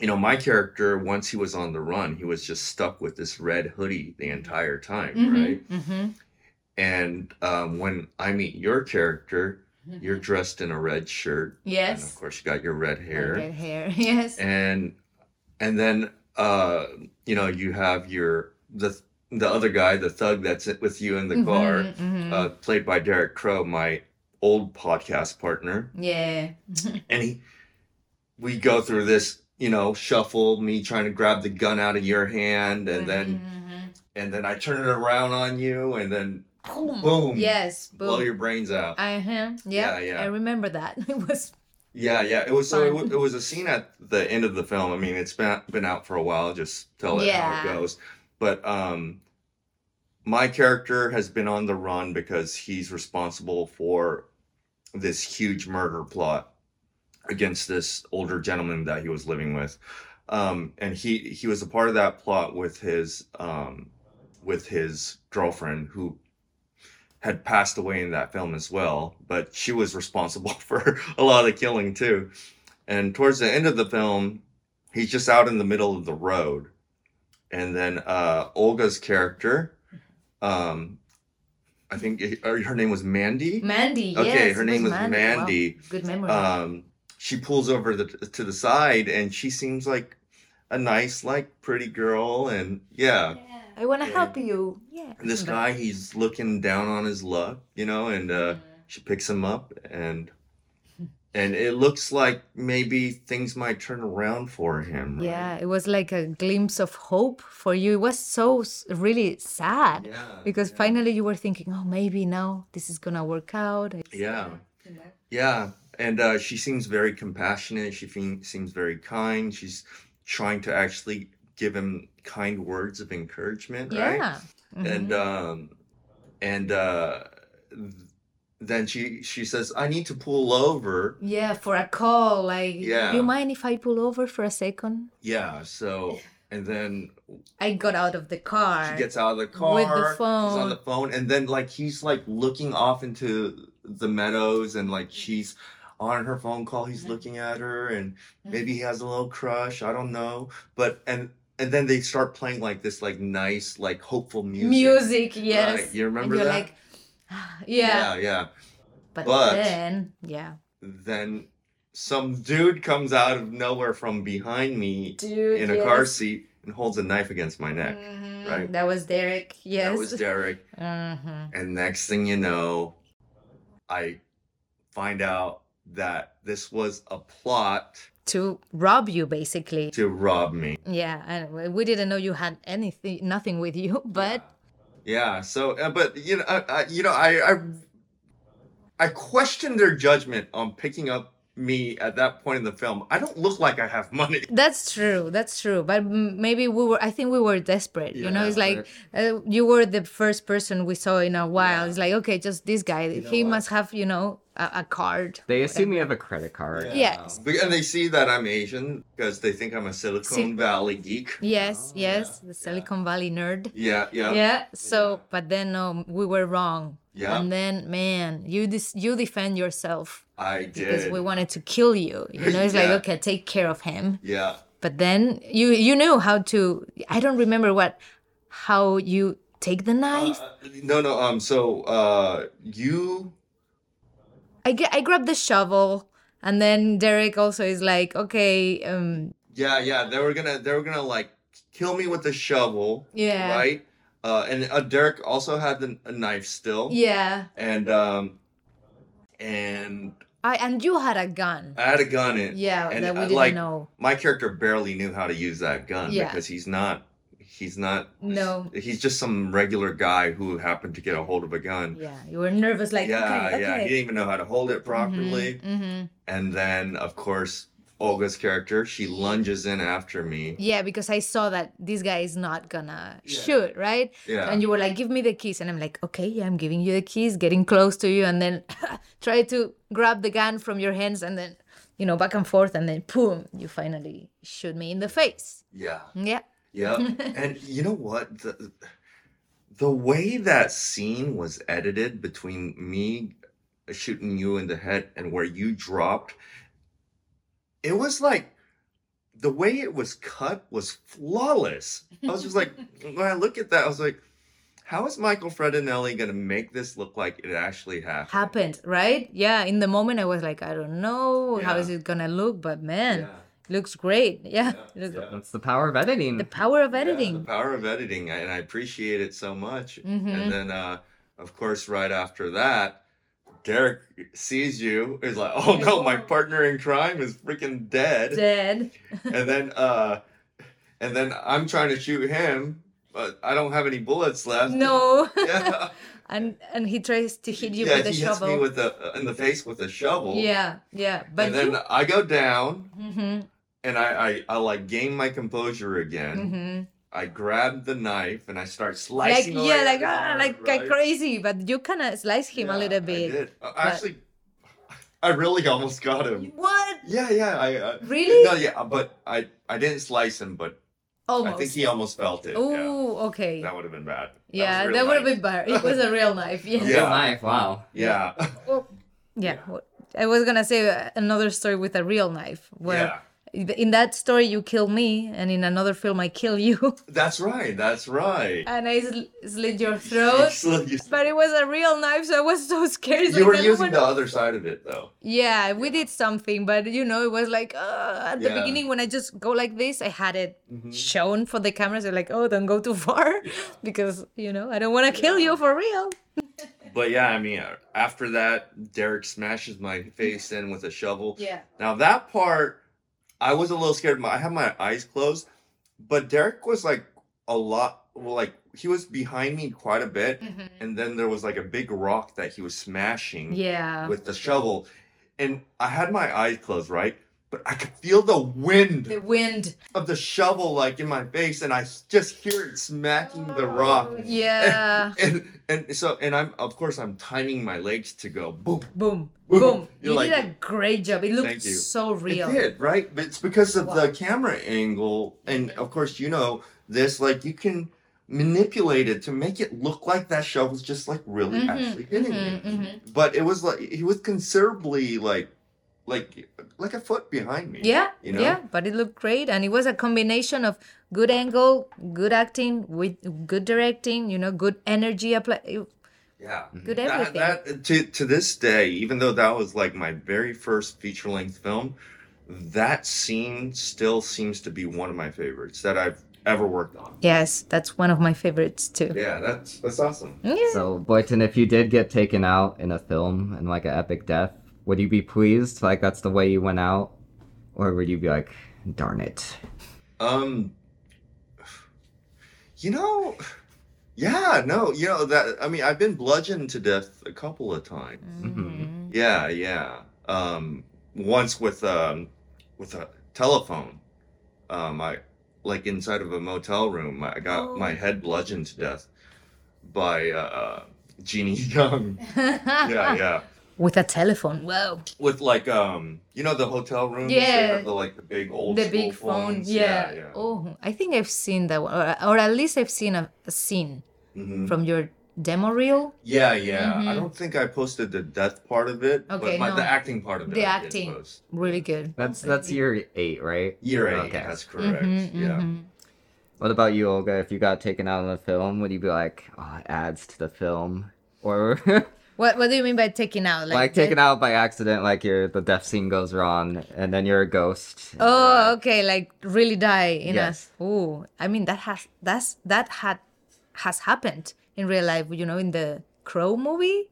you know my character once he was on the run he was just stuck with this red hoodie the entire time right hmm and um when i meet your character you're dressed in a red shirt and of Mm-hmm. Yes. course you got your red hair Red hair. <laughs> Yes. and and then uh you know you have your the the other guy the thug that's with you in the car Mhm, mhm. uh, played by Derek Crow, my old podcast partner, yeah. and he, we go through this, you know, shuffle, me trying to grab the gun out of your hand, and then Mhm, and then I turn it around on you, and then mhm. boom, Yes. Boom. blow your brains out. Uh-huh. Yeah, Yeah, yeah. I remember that. <laughs> It was yeah, yeah. It was so it, Fun. wa- it was a scene at the end of the film. I mean, it's been been out for a while. Just tell it how it Yeah. goes. But um, my character has been on the run because he's responsible for this huge murder plot against this older gentleman that he was living with. Um, and he he was a part of that plot with his um, with his girlfriend who had passed away in that film as well, but she was responsible <laughs> for a lot of the killing too. And towards the end of the film, he's just out in the middle of the road. And then uh, Olga's character, um, I think or her name was Mandy. Mandy. okay, yes, her it name was Mandy. Wow, Good memory. Um, she pulls over the, to the side and she seems like a nice, like pretty girl. And yeah, I want to yeah. help you. Yeah. and this guy, he's looking down on his luck, you know, and uh, she picks him up and and it looks like maybe things might turn around for him. right? Yeah, it was like a glimpse of hope for you. It was so s- really sad Yeah. because yeah. finally you were thinking, oh, maybe now this is gonna work out. Yeah. Yeah. And uh, she seems very compassionate. She fe- seems very kind. She's trying to actually give him kind words of encouragement, right? Yeah. and Mhm. um and uh th- then she she says i need to pull over yeah, for a call, like, Yeah. you mind if I pull over for a second? yeah so and then I got out of the she car. <laughs> gets out of the car With the she's on phone. the phone and then like he's like looking off into the meadows and like she's on her phone call he's looking at her and maybe he has a little crush i don't know but and and then they start playing like this like nice like hopeful music, Music, Right, yes. you remember and you're that like, <sighs> yeah. yeah yeah But, But- then, yeah. then some dude comes out of nowhere from behind me Dude, Mm-hmm. in a car seat and holds a knife against my neck. right? That was Derek. Yes. That was Derek. Mhm. And next thing you know, I find out that this was a plot To rob you, basically. to rob me. Yeah, and we- we didn't know you had anything, nothing with you, <laughs> but Yeah. So, uh, but you know, I, I, you know, I, I, I question their judgment on picking up me at that point in the film. I don't look like I have money. that's true. That's true. But m- maybe we were. I think we were desperate. you know, it's like uh, you were the first person we saw in a while. It's like okay, just this guy. know he what? must have, you know, a, a card. They assume you have a credit card. Yeah. Yes. Be- And they see that I'm Asian because they think I'm a Silicon Si- Valley geek. Yes. Oh, yes. The Silicon Valley nerd. Yeah, yeah, yeah. Yeah. So, but then no, we were wrong. And then, man, you dis- you defend yourself I because did. we wanted to kill you. You know, it's Yeah. like okay, take care of him. yeah, but then you you knew how to i don't remember what how you take the knife Uh, no, no. Um, so uh, you, i get i grabbed the shovel and then derek also is like okay um yeah, yeah. They were gonna, they were gonna like kill me with a shovel, yeah right? Uh, and uh, Derek also had the, a knife still, yeah and um, and i and you had a gun I had a gun in. yeah and that we I, didn't like, know My character barely knew how to use that gun Yeah. because he's not, he's not no he's just some regular guy who happened to get a hold of a gun. yeah you were nervous like yeah, okay, Mm-hmm. yeah. He okay. didn't even know how to hold it properly. hmm And then, of course, Olga's character. She lunges in after me. Yeah, because I saw that this guy is not gonna Yeah. shoot, right? Yeah. And you were like, give me the keys. And I'm like, okay, yeah, I'm giving you the keys, getting close to you, and then <laughs> try to grab the gun from your hands and then, you know, back and forth. And then, boom, you finally shoot me in the face. yeah. Yeah. <laughs> Yeah. and you know what? The, the way that scene was edited between me shooting you in the head and where you dropped, it was like the way it was cut was flawless. I was just like, when I look at that, I was like, how is Michael Fredinelli going to make this look like it actually happened? Happened, right? Yeah. In the moment, I was like, I don't know how Yeah. is it gonna look, but man, Yeah. looks great. <laughs> Yeah. Yeah, Look- yeah. That's the power of editing. The power of Yeah, editing. the power of editing, I- and I appreciate it so much. Mhm. And then, uh, of course, right after that, Derek sees you. Is like, oh no, my partner in crime is freaking dead. <laughs> Dead. And then, uh, and then I'm trying to shoot him, but I don't have any bullets left. No. <laughs> Yeah. <laughs> and and he tries to hit you yeah, with a he hits shovel. me with the in the face with a shovel. yeah, yeah. But and then you, I go down, Mhm, and I, I I like gain my composure again. mhm. I grab the knife and I start like slicing. away yeah, at like his ah, arm, like like right? crazy. But you kind of slice him Yeah, a little I bit. did. Uh, Actually, <laughs> I really almost got him. What? Yeah, yeah. I uh, Really? No, yeah, but I I didn't slice him, but Almost. I think he almost felt it. yeah. oh, okay. that would have been bad. yeah, was that real would have nice. been better. It was a <laughs> real knife. Yeah. Real Yeah. life, wow. <laughs> Yeah, Well, yeah. well, I was gonna say uh, another story with a real knife where. yeah. In that story, you kill me, and in another film, I kill you, <laughs> That's right. That's right. and I sl- slit your You throat. sl- you But it was a real knife, so I was so scared. It's you like, were I don't using wanna- the other side of it though. Yeah, we did something, but you know, it was like uh, at the Yeah. beginning when I just go like this, I had it Mhm. shown for the cameras. They're like, "Oh, don't go too far," <laughs> because you know I don't want to kill you for real. But yeah, I mean, uh, after that, Derek smashes my face in with a shovel. Yeah, Now that part, I was a little scared. My- I had my eyes closed, but Derek was like a lot. Well, like he was behind me quite a bit, and then there was like a big rock that he was smashing Mm-hmm. yeah, with the shovel, and I had my eyes closed, right? But I could feel the wind the wind. of the shovel like in my face, and I s- just hear it smacking the rock. Oh. <laughs> Yeah, And and so and I'm of course I'm timing my legs to go boom boom, Boom. boom. You're you like- did a great job. It looked Thank you. so real. It did, right? But it's because of the Wow. camera angle, and of course, you know this. Like you can manipulate it to make it look like that shovel's just like really Mhm, actually hitting mhm, you. mhm. But it was like he was considerably like, like, like a foot behind me. Yeah, You know? yeah, but it looked great, and it was a combination of good angle, good acting, with good directing. You know, good energy apply. yeah. good That, everything. that to to this day, even though that was like my very first feature length film, that scene still seems to be one of my favorites that I've ever worked on. yes, that's one of my favorites too. Yeah, that's that's awesome. Yeah. So, Boyton, if you did get taken out in a film and like an epic death, would you be pleased? Like, that's the way you went out? Or would you be like, darn it? Um, you know, yeah, no, you know that. I mean, I've been bludgeoned to death a couple of times. Mm. Mm-hmm. Mhm. Yeah, yeah. Um, once with um, with a telephone. Um, I like inside of a motel room. I got Oh. my head bludgeoned to death by uh, Jeannie <laughs> Young. <laughs> yeah, yeah. With a telephone. Wow. With like um, you know the hotel rooms. they Yeah. have the like the big old the school big phone. phones. Yeah. yeah. Oh, I think I've seen that one, or, or at least I've seen a, a scene Mhm. from your demo reel. Yeah, yeah. I Mhm. don't think I posted the death part of it, Okay, but my, no. the acting part of it. The I did acting. post. Really good. That's that's year eight, right? Year eight. Okay. That's correct. Mhm, yeah. mhm. What about you, Olga? If you got taken out in a film, would you be like, oh, it adds to the film? Or <laughs> like, What What do you mean by taking out? Like, taken out by accident, like your the death scene goes wrong, and then you're a ghost. and you're Oh, like, okay. Like really die in Yes. a. Oh, I mean that has that's that had has happened in real life. You know, in the Crow movie.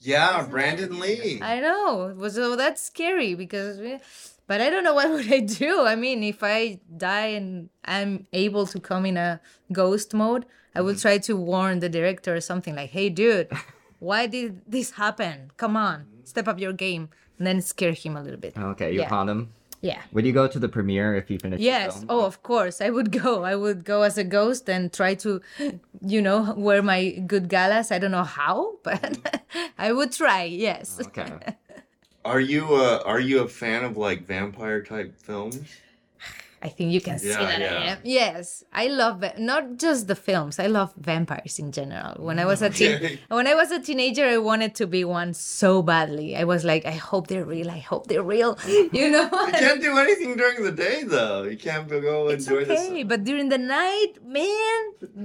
Yeah, Brandon Lee. I know. It was so that's scary because, we- but I don't know what <laughs> would I do. I mean, if I die and I'm able to come in a ghost mode, I will try to warn the director or something like, "Hey, dude, why did this happen? Come on, step up your game," and then scare him a little bit. Okay, you Yeah. caught him. Yeah. Would you go to the premiere if you finished? the Yes. film? Oh, of course. I would go. I would go as a ghost and try to, you know, wear my good galas. I don't know how, <laughs> but I would try. Yes. Okay. <laughs> Are you uh are you a fan of like vampire type <laughs> films? I think you can see Yeah, that I yeah. am. Yes, I love va- not just the films. I love vampires in general. When I was a teen, Mm, Okay. when I was a teenager, I wanted to be one so badly. I was like, I hope they're real. I hope they're real. <laughs> You know. You can't do anything during the day though. You can't go <laughs> It's enjoy okay, this. but during the night, man,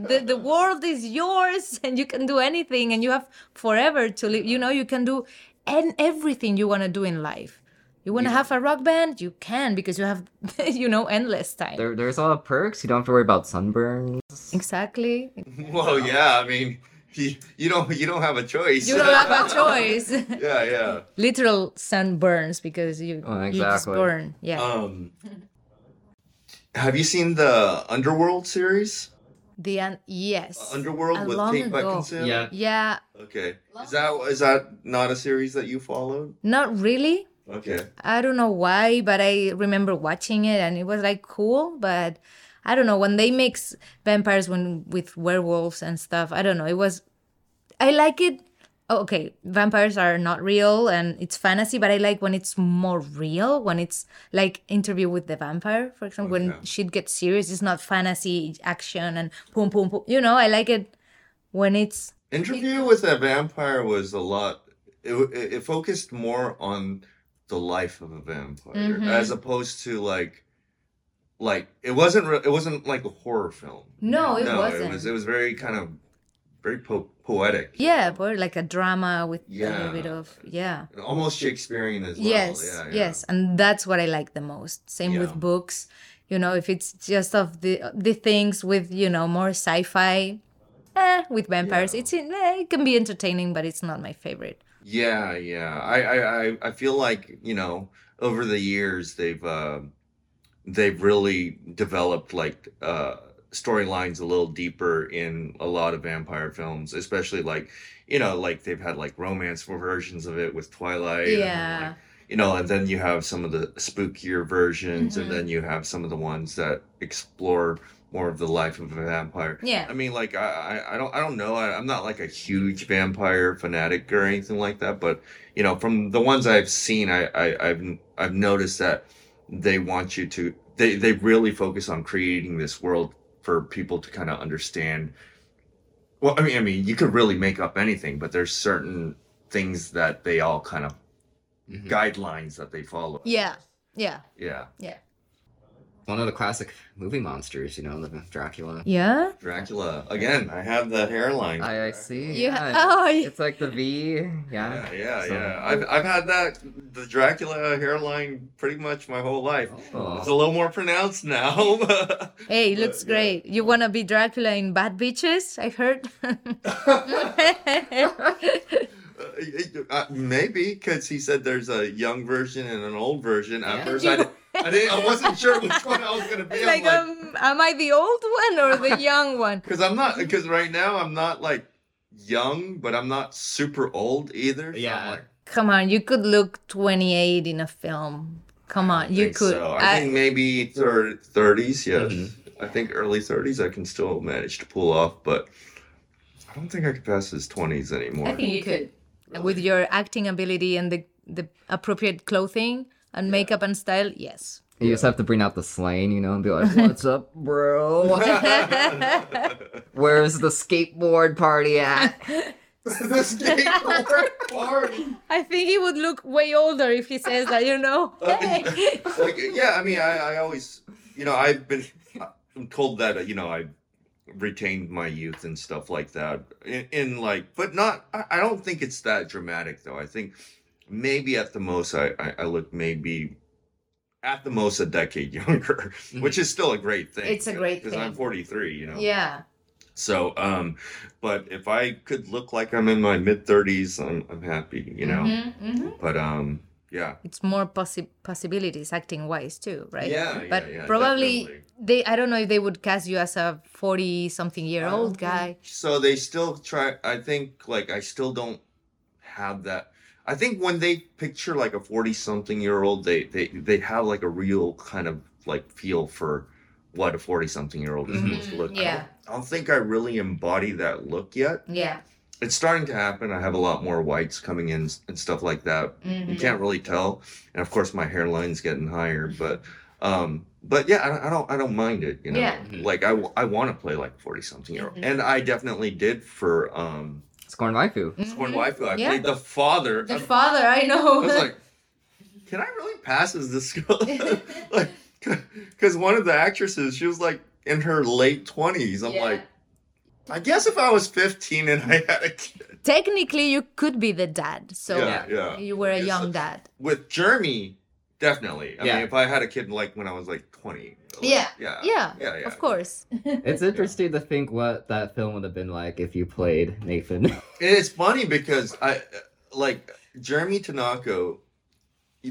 the, the world is yours and you can do anything and you have forever to live. You know, you can do and everything you want to do in life. You want to have a rock band? You can because you have, <laughs> you know, endless time. There, there's a lot of perks. You don't have to worry about sunburns. Exactly. <laughs> Well, yeah, I mean, you, you don't you don't have a choice. You don't <laughs> have a choice. <laughs> yeah, yeah. Literal sunburns because you, Oh, you just exactly. burn. Yeah. Um, have you seen the Underworld series? the un- yes. Underworld A with Uh, long Kate ago. Beckinsale. yeah. Okay. Is that is that not a series that you followed? Not really. Okay. I don't know why, but I remember watching it and it was like cool, but I don't know when they mix vampires when with werewolves and stuff. I don't know. It was I like it. oh, okay, vampires are not real and it's fantasy, but I like when it's more real, when it's like Interview with the Vampire, for example, when Okay. shit gets serious, it's not fantasy, it's action and boom boom boom. You know, I like it when it's Interview with a Vampire was a lot. It, it it focused more on the life of a vampire Mhm. as opposed to like, like it wasn't. Re- it wasn't like a horror film. No, it no, wasn't. It was. It was very kind of very po- poetic. yeah, but like a drama with a little Yeah. bit of yeah. Almost Shakespearean as well. yes Yeah, yeah. yes and that's what i like the most same with Yeah. books you know if it's just of the the things with you know more sci-fi eh, with vampires Yeah. it's in, eh, it can be entertaining but it's not my favorite Yeah, yeah. I, I, I, I feel like, you know, over the years they've uh, they've really developed like uh storylines a little deeper in a lot of vampire films, especially like, you know, like they've had like romance versions of it with Twilight. and, yeah like, you know, and then you have some of the spookier versions, and then you have some of the ones that explore more of the life of a vampire. yeah I mean, like I, I, I don't, I don't know. I, I'm not like a huge vampire fanatic or anything like that. But you know, from the ones I've seen, I, I I've, I've noticed that they want you to, they, they really focus on creating this world for people to kind of understand. Well, I mean, I mean, you could really make up anything, but there's certain things that they all kind of Mhm. guidelines that they follow. yeah yeah Yeah, One of the classic movie monsters, you know, the Dracula. yeah Dracula again. I have the hairline. I, I see. You ha- yeah. oh, yeah. It's like the V. Yeah. Yeah, yeah, So- yeah. I've, I've had that the Dracula hairline pretty much my whole life. Oh. It's a little more pronounced now. <laughs> hey it looks yeah. great you want to be dracula in bad bitches i heard <laughs> uh, maybe because he said there's a young version and an old version. At Yeah. first, I, di- I didn't, I wasn't sure which <laughs> one I was gonna be. like I'm um, am i the old one or <laughs> the young one because I'm not because right now I'm not like young, but I'm not super old either. so I'm Yeah. like, Come on, you could look 28 in a film. Come on, you think could. So. I, I- think maybe thir- 30s, yes. Mm-hmm. I think early 30s I can still manage to pull off, but I don't think I could pass his 20s anymore. I think <laughs> you could. With your acting ability and the, the appropriate clothing and makeup and style, yes. You just have to bring out the slain, you know, and be <laughs> like, "What's up, <laughs> bro? Where's the skateboard party <laughs> at?" the skateboard <laughs> party. I think he would look way older if he says that, you <laughs> know. Hey. Like, yeah, I mean, I, I always, you know, I've been I'm told that, uh, you know, I retained my youth and stuff like that. In, in like, but not, I, I don't think it's that dramatic though. I think maybe at the most, I, I, I look maybe at the most a decade <laughs> younger, which is still a great thing. Mm-hmm. It's a great Because I'm thing. 43, you know. <laughs> yeah. So, um, but if I could look like I'm in my mid 30s, I'm, I'm happy, you know. Mm-hmm. But um, yeah. It's more possi- possibilities acting wise, too, right? Yeah, yeah, But yeah, probably definitely. they, I don't know if they would cast you as a 40 something year old guy. So they still try. I think like I still don't have that. I think when they picture like a forty something year old, they they they have like a real kind of like feel for what a forty something year old is supposed to Mhm, look. yeah. like. I don't think I really embody that look yet. Yeah. It's starting to happen. I have a lot more whites coming in s- and stuff like that. You Mhm. can't really tell, and of course my hairline's getting higher, but um, but yeah, I don't, I don't I don't mind it. You know, Yeah. like I, want to play like forty something year old, Mhm. and I definitely did for um Scorn Waifu. Scorn Mhm. Waifu. I Yeah. played the father. The I- father, I I know. was <laughs> like, can I really pass as this girl? <laughs> like, because one of the actresses, she was like in her late twenties. I'm Yeah. like, I guess if I was fifteen and I had a kid Technically, you could be the dad. So Yeah, yeah. you were a Yes. uh, young dad. with Jeremy, definitely. I Yeah. mean, if I had a kid like when I was like twenty. like, Yeah. Yeah. Yeah, uh, Yeah, yeah. of course. It's interesting to think what that film would have been like if you played Nathan. <laughs> And it's funny because I like Jeremy Tanako,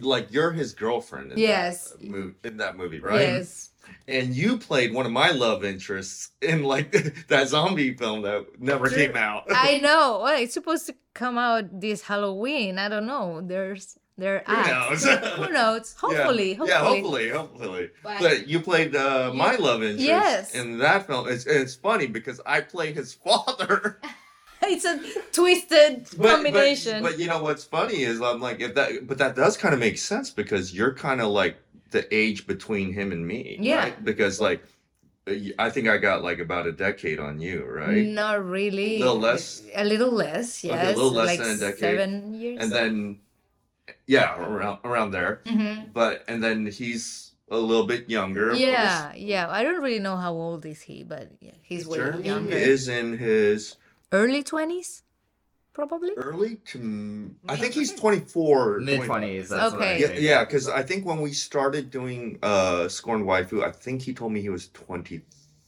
like you're his girlfriend. In Yes. That movie, in that movie, right? Yes. And you played one of my love interests in like <laughs> that zombie film that never Jer- came out. <laughs> I know. Well, it's supposed to come out this Halloween. I don't know. There's there Who ads. knows? <laughs> Who knows? Yeah. Hopefully, hopefully. Yeah, hopefully, hopefully. But- But you played uh, my love interest Yes. in that film. It's, and it's funny because I played his <laughs> father. <laughs> it's a twisted combination. But, you know what's funny is I'm like if that, but that does kind of make sense because you're kind of like the age between him and me. Yeah. right? Because like, I think I got like about a decade on you, right? Not really. A little less? A little less, Okay, a yes. little less like than a decade. Seven years. And then, yeah, around around there. Mhm. But and then he's a little bit younger. of course. Yeah, yeah. I don't really know how old is he, but yeah, he's way Jeremy younger. is in his Early twenties, probably. early to I think he's 24. Mid 25. twenties. that's what I Okay. Yeah, think. yeah, because I think when we started doing uh Scorn Waifu, I think he told me he was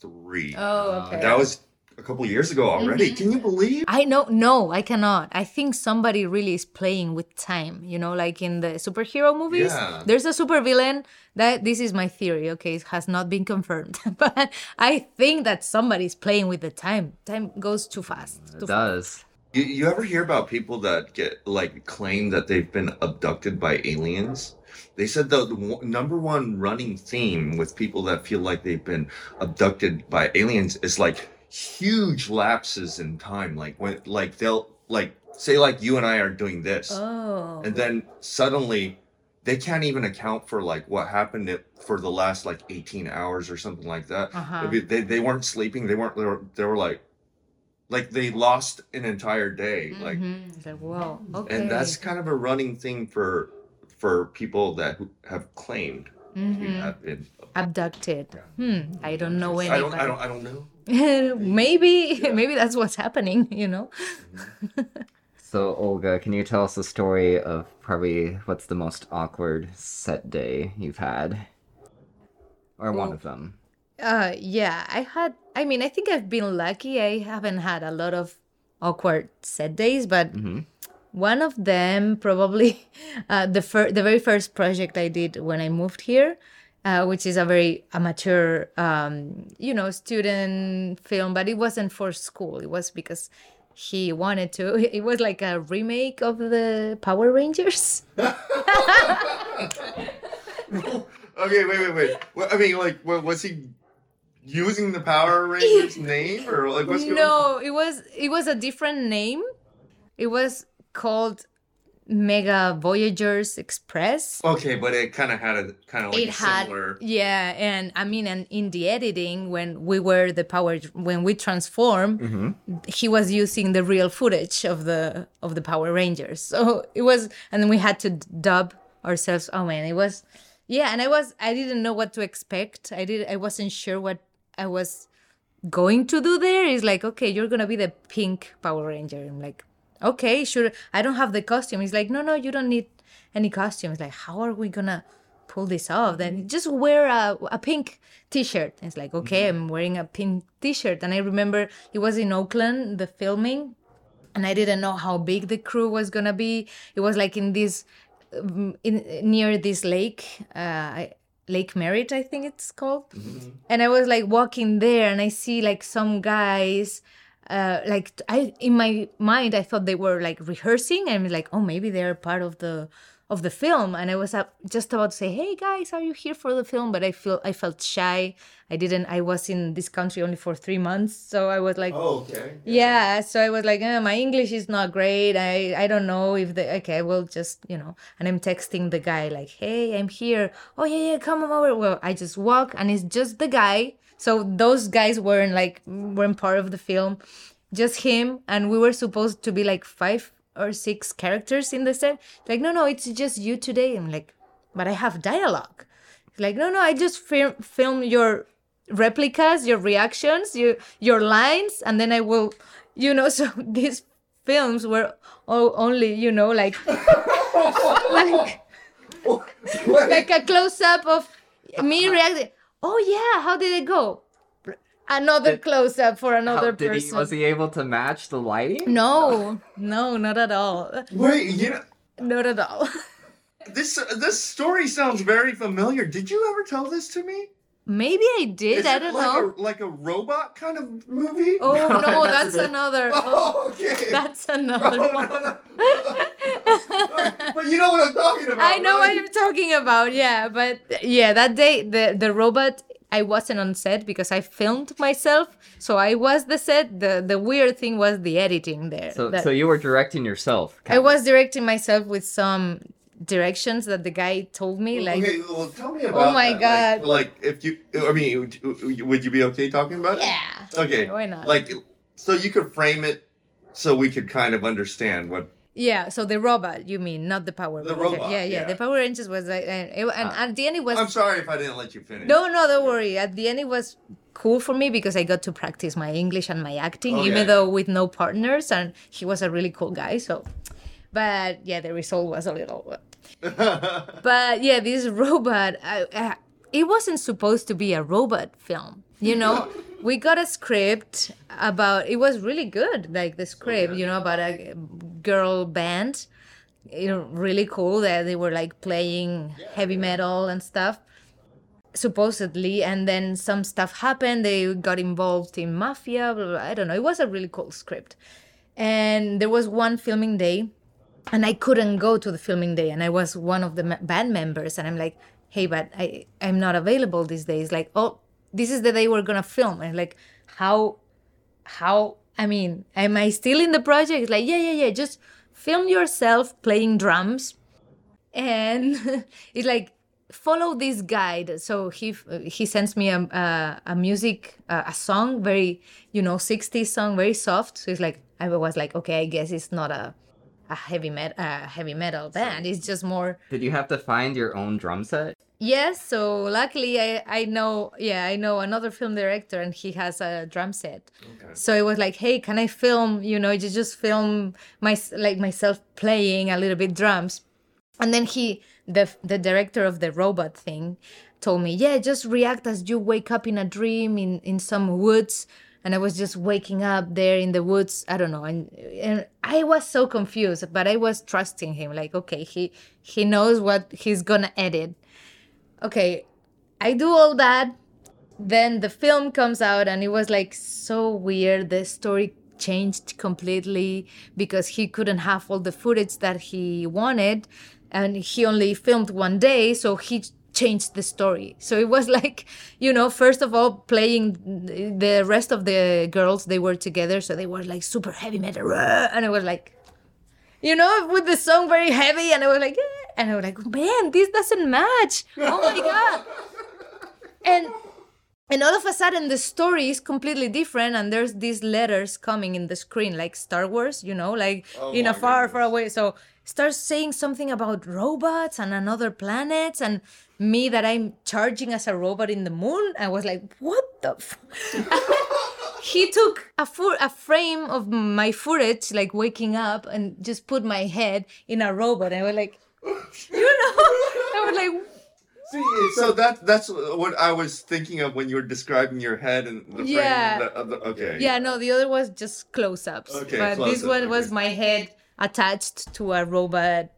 23. Oh, Mm-hmm. okay. Uh, That was a couple years ago already. Can you believe? I know, no, I cannot. I think somebody really is playing with time, you know, like in the superhero movies. Yeah. There's a supervillain that this is my theory, okay? It has not been confirmed, <laughs> but I think that somebody's playing with the time. Time goes too fast. Uh, Too It fast. does. You, you ever hear about people that get like claim that they've been abducted by aliens? They said the, the one- number one running theme with people that feel like they've been abducted by aliens is like huge lapses in time. Like when, like they'll like say like you and I are doing this. Oh. and then suddenly they can't even account for like what happened it- for the last like 18 hours or something like that Uh-huh. Maybe they, they weren't sleeping they weren't they were, they were like like they lost an entire day like Mhm. It's like, whoa. Okay. and that's kind of a running thing for for people that who have claimed to Mhm. have been abducted. Hmm. I don't know I don't, anybody. I don't i don't know <laughs> maybe, <laughs> maybe that's what's happening. You know. So Olga, can you tell us the story of probably what's the most awkward set day you've had? Or one of them. Uh, yeah, I had. I mean, I think I've been lucky. I haven't had a lot of awkward set days, but one of them probably <laughs> uh, the fir- the very first project I did when I moved here, uh, which is a very amateur, um, you know, student film, but it wasn't for school. It was because he wanted to. <laughs> It was like a remake of the Power Rangers. okay wait wait wait Well, i mean like what, was he using the power <laughs> rangers name or like what's going on no it was it was a different name it was called mega voyagers express Okay, but it kind of had a kind of Oh, like it a had similar. yeah and i mean and in the editing when we were the power when we transform Mm-hmm. he was using the real footage of the of the power rangers so it was and then we had to dub ourselves oh man it was yeah and i was i didn't know what to expect i did i wasn't sure what i was going to do there is like, okay, you're gonna be the pink Power Ranger. I'm like, okay, sure. I don't have the costume. He's like, no, no, you don't need any costume. It's like, how are we gonna pull this off? Then just wear a, a pink T-shirt. And it's like, okay, I'm wearing a pink T-shirt. And I remember it was in Oakland, the filming, and I didn't know how big the crew was gonna be. It was like in this um, in near this lake, uh, I- Lake Merritt, I think it's called. And I was like walking there, and I see like some guys uh, like t- I in my mind I thought they were like rehearsing and like oh maybe they're part of the of the film and I was up just about to say hey guys are you here for the film but I feel I felt shy I didn't I was in this country only for three months so I was like Oh, okay. <laughs> yeah so i was like eh, my english is not great i i don't know if they okay we'll just you know and i'm texting the guy like hey i'm here oh yeah yeah come over well i just walk and it's just the guy so those guys weren't like weren't part of the film just him and we were supposed to be like five or six characters in the set like no no it's just you today i'm like but i have dialogue like no no i just film film your replicas your reactions your your lines and then i will you know <laughs> so these films were all only you know <laughs> like like, like a close-up of Uh-huh. me reacting oh yeah how did it go another Did- close-up for How- another did person he was he able to match the lighting? <laughs> no no not at all Wait, you know not at all <laughs> this this story sounds very familiar. Did you ever tell this to me? maybe i did i don't like know A, like a robot kind of movie? <laughs> oh no, <laughs> No, that's that's, a bit- <laughs> another oh, Oh, okay. <laughs> that's <laughs> Oh, another no, one no. <laughs> but you know what I'm talking about. Oh, I know what right? you're talking about. Yeah, but yeah, that day the the robot I wasn't on set because I filmed myself, so I was the set. the The weird thing was the editing there. So that- so you were directing yourself. I was directing myself with some directions that the guy told me, like Oh, okay, well, tell me about. Oh my that. God. Like, like, if you, I mean, would, would you be okay talking about yeah, it? Okay. why not? Like, so you could frame it, so we could kind of understand what. yeah. So the robot, you mean, not the Power The Ranger. robot, yeah, yeah, yeah. The Power Rangers was like, and, it- and Ah. at the end it was I'm sorry if I didn't let you finish. No, no, don't worry. At the end, it was cool for me because I got to practice my English and my acting, Oh, even yeah. though with no partners. And he was a really cool guy. So, but yeah, the result was a little. uh, <laughs> But yeah, this robot, I, I, it wasn't supposed to be a robot film, you know? we got a script about, it was really good, like the script, you know, about a girl band. You know, really cool that they were like playing heavy metal and stuff supposedly and then some stuff happened they got involved in mafia blah, blah, blah. i don't know it was a really cool script and there was one filming day and i couldn't go to the filming day and i was one of the ma- band members and i'm like hey but i i'm not available these days like oh this is the day we're gonna film and like how how I mean, am I still in the project? Like, yeah, yeah, yeah, just film yourself playing drums and <laughs> it's like follow this guide so he he sends me a a, a music a, a song very you know 60s song very soft so it's like i was like okay i guess it's not a a heavy metal a heavy metal band it's just more Did you have to find your own drum set? Yes, so luckily I, I know yeah I know another film director and he has a drum set, so it was like hey can I film you know you just film my like myself playing a little bit drums, and then he the the director of the robot thing told me yeah just react as you wake up in a dream in in some woods and I was just waking up there in the woods I don't know and and I was so confused but I was trusting him like okay he he knows what he's gonna edit okay, I do all that. Then the film comes out, and it was like so weird. The story changed completely because he couldn't have all the footage that he wanted, and he only filmed one day, so he changed the story. So it was <laughs> like, you know, first of all, playing the rest of the girls, they were together, so they were like super heavy metal, "Rah!" and it was like, you know, with the song very heavy, and I was like, "Eh," and I was like, man, this doesn't match. Oh my god! And and all of a sudden, the story is completely different, and there's these letters coming in the screen, like Star Wars, you know, like Oh in a my far, far away. So starts saying something about robots and another planets, and me that I'm charging as a robot in the moon. I was like, what the. F-? <laughs> he took a fu- a frame of my footage, like waking up, and just put my head in a robot. I was like, <laughs> you know, I was like, See, so that that's what I was thinking of when you were describing your head and the Yeah. frame. Of the, of the, okay. yeah, no, the other was just close-ups, Okay, but this close-up, one was okay. my head attached to a robot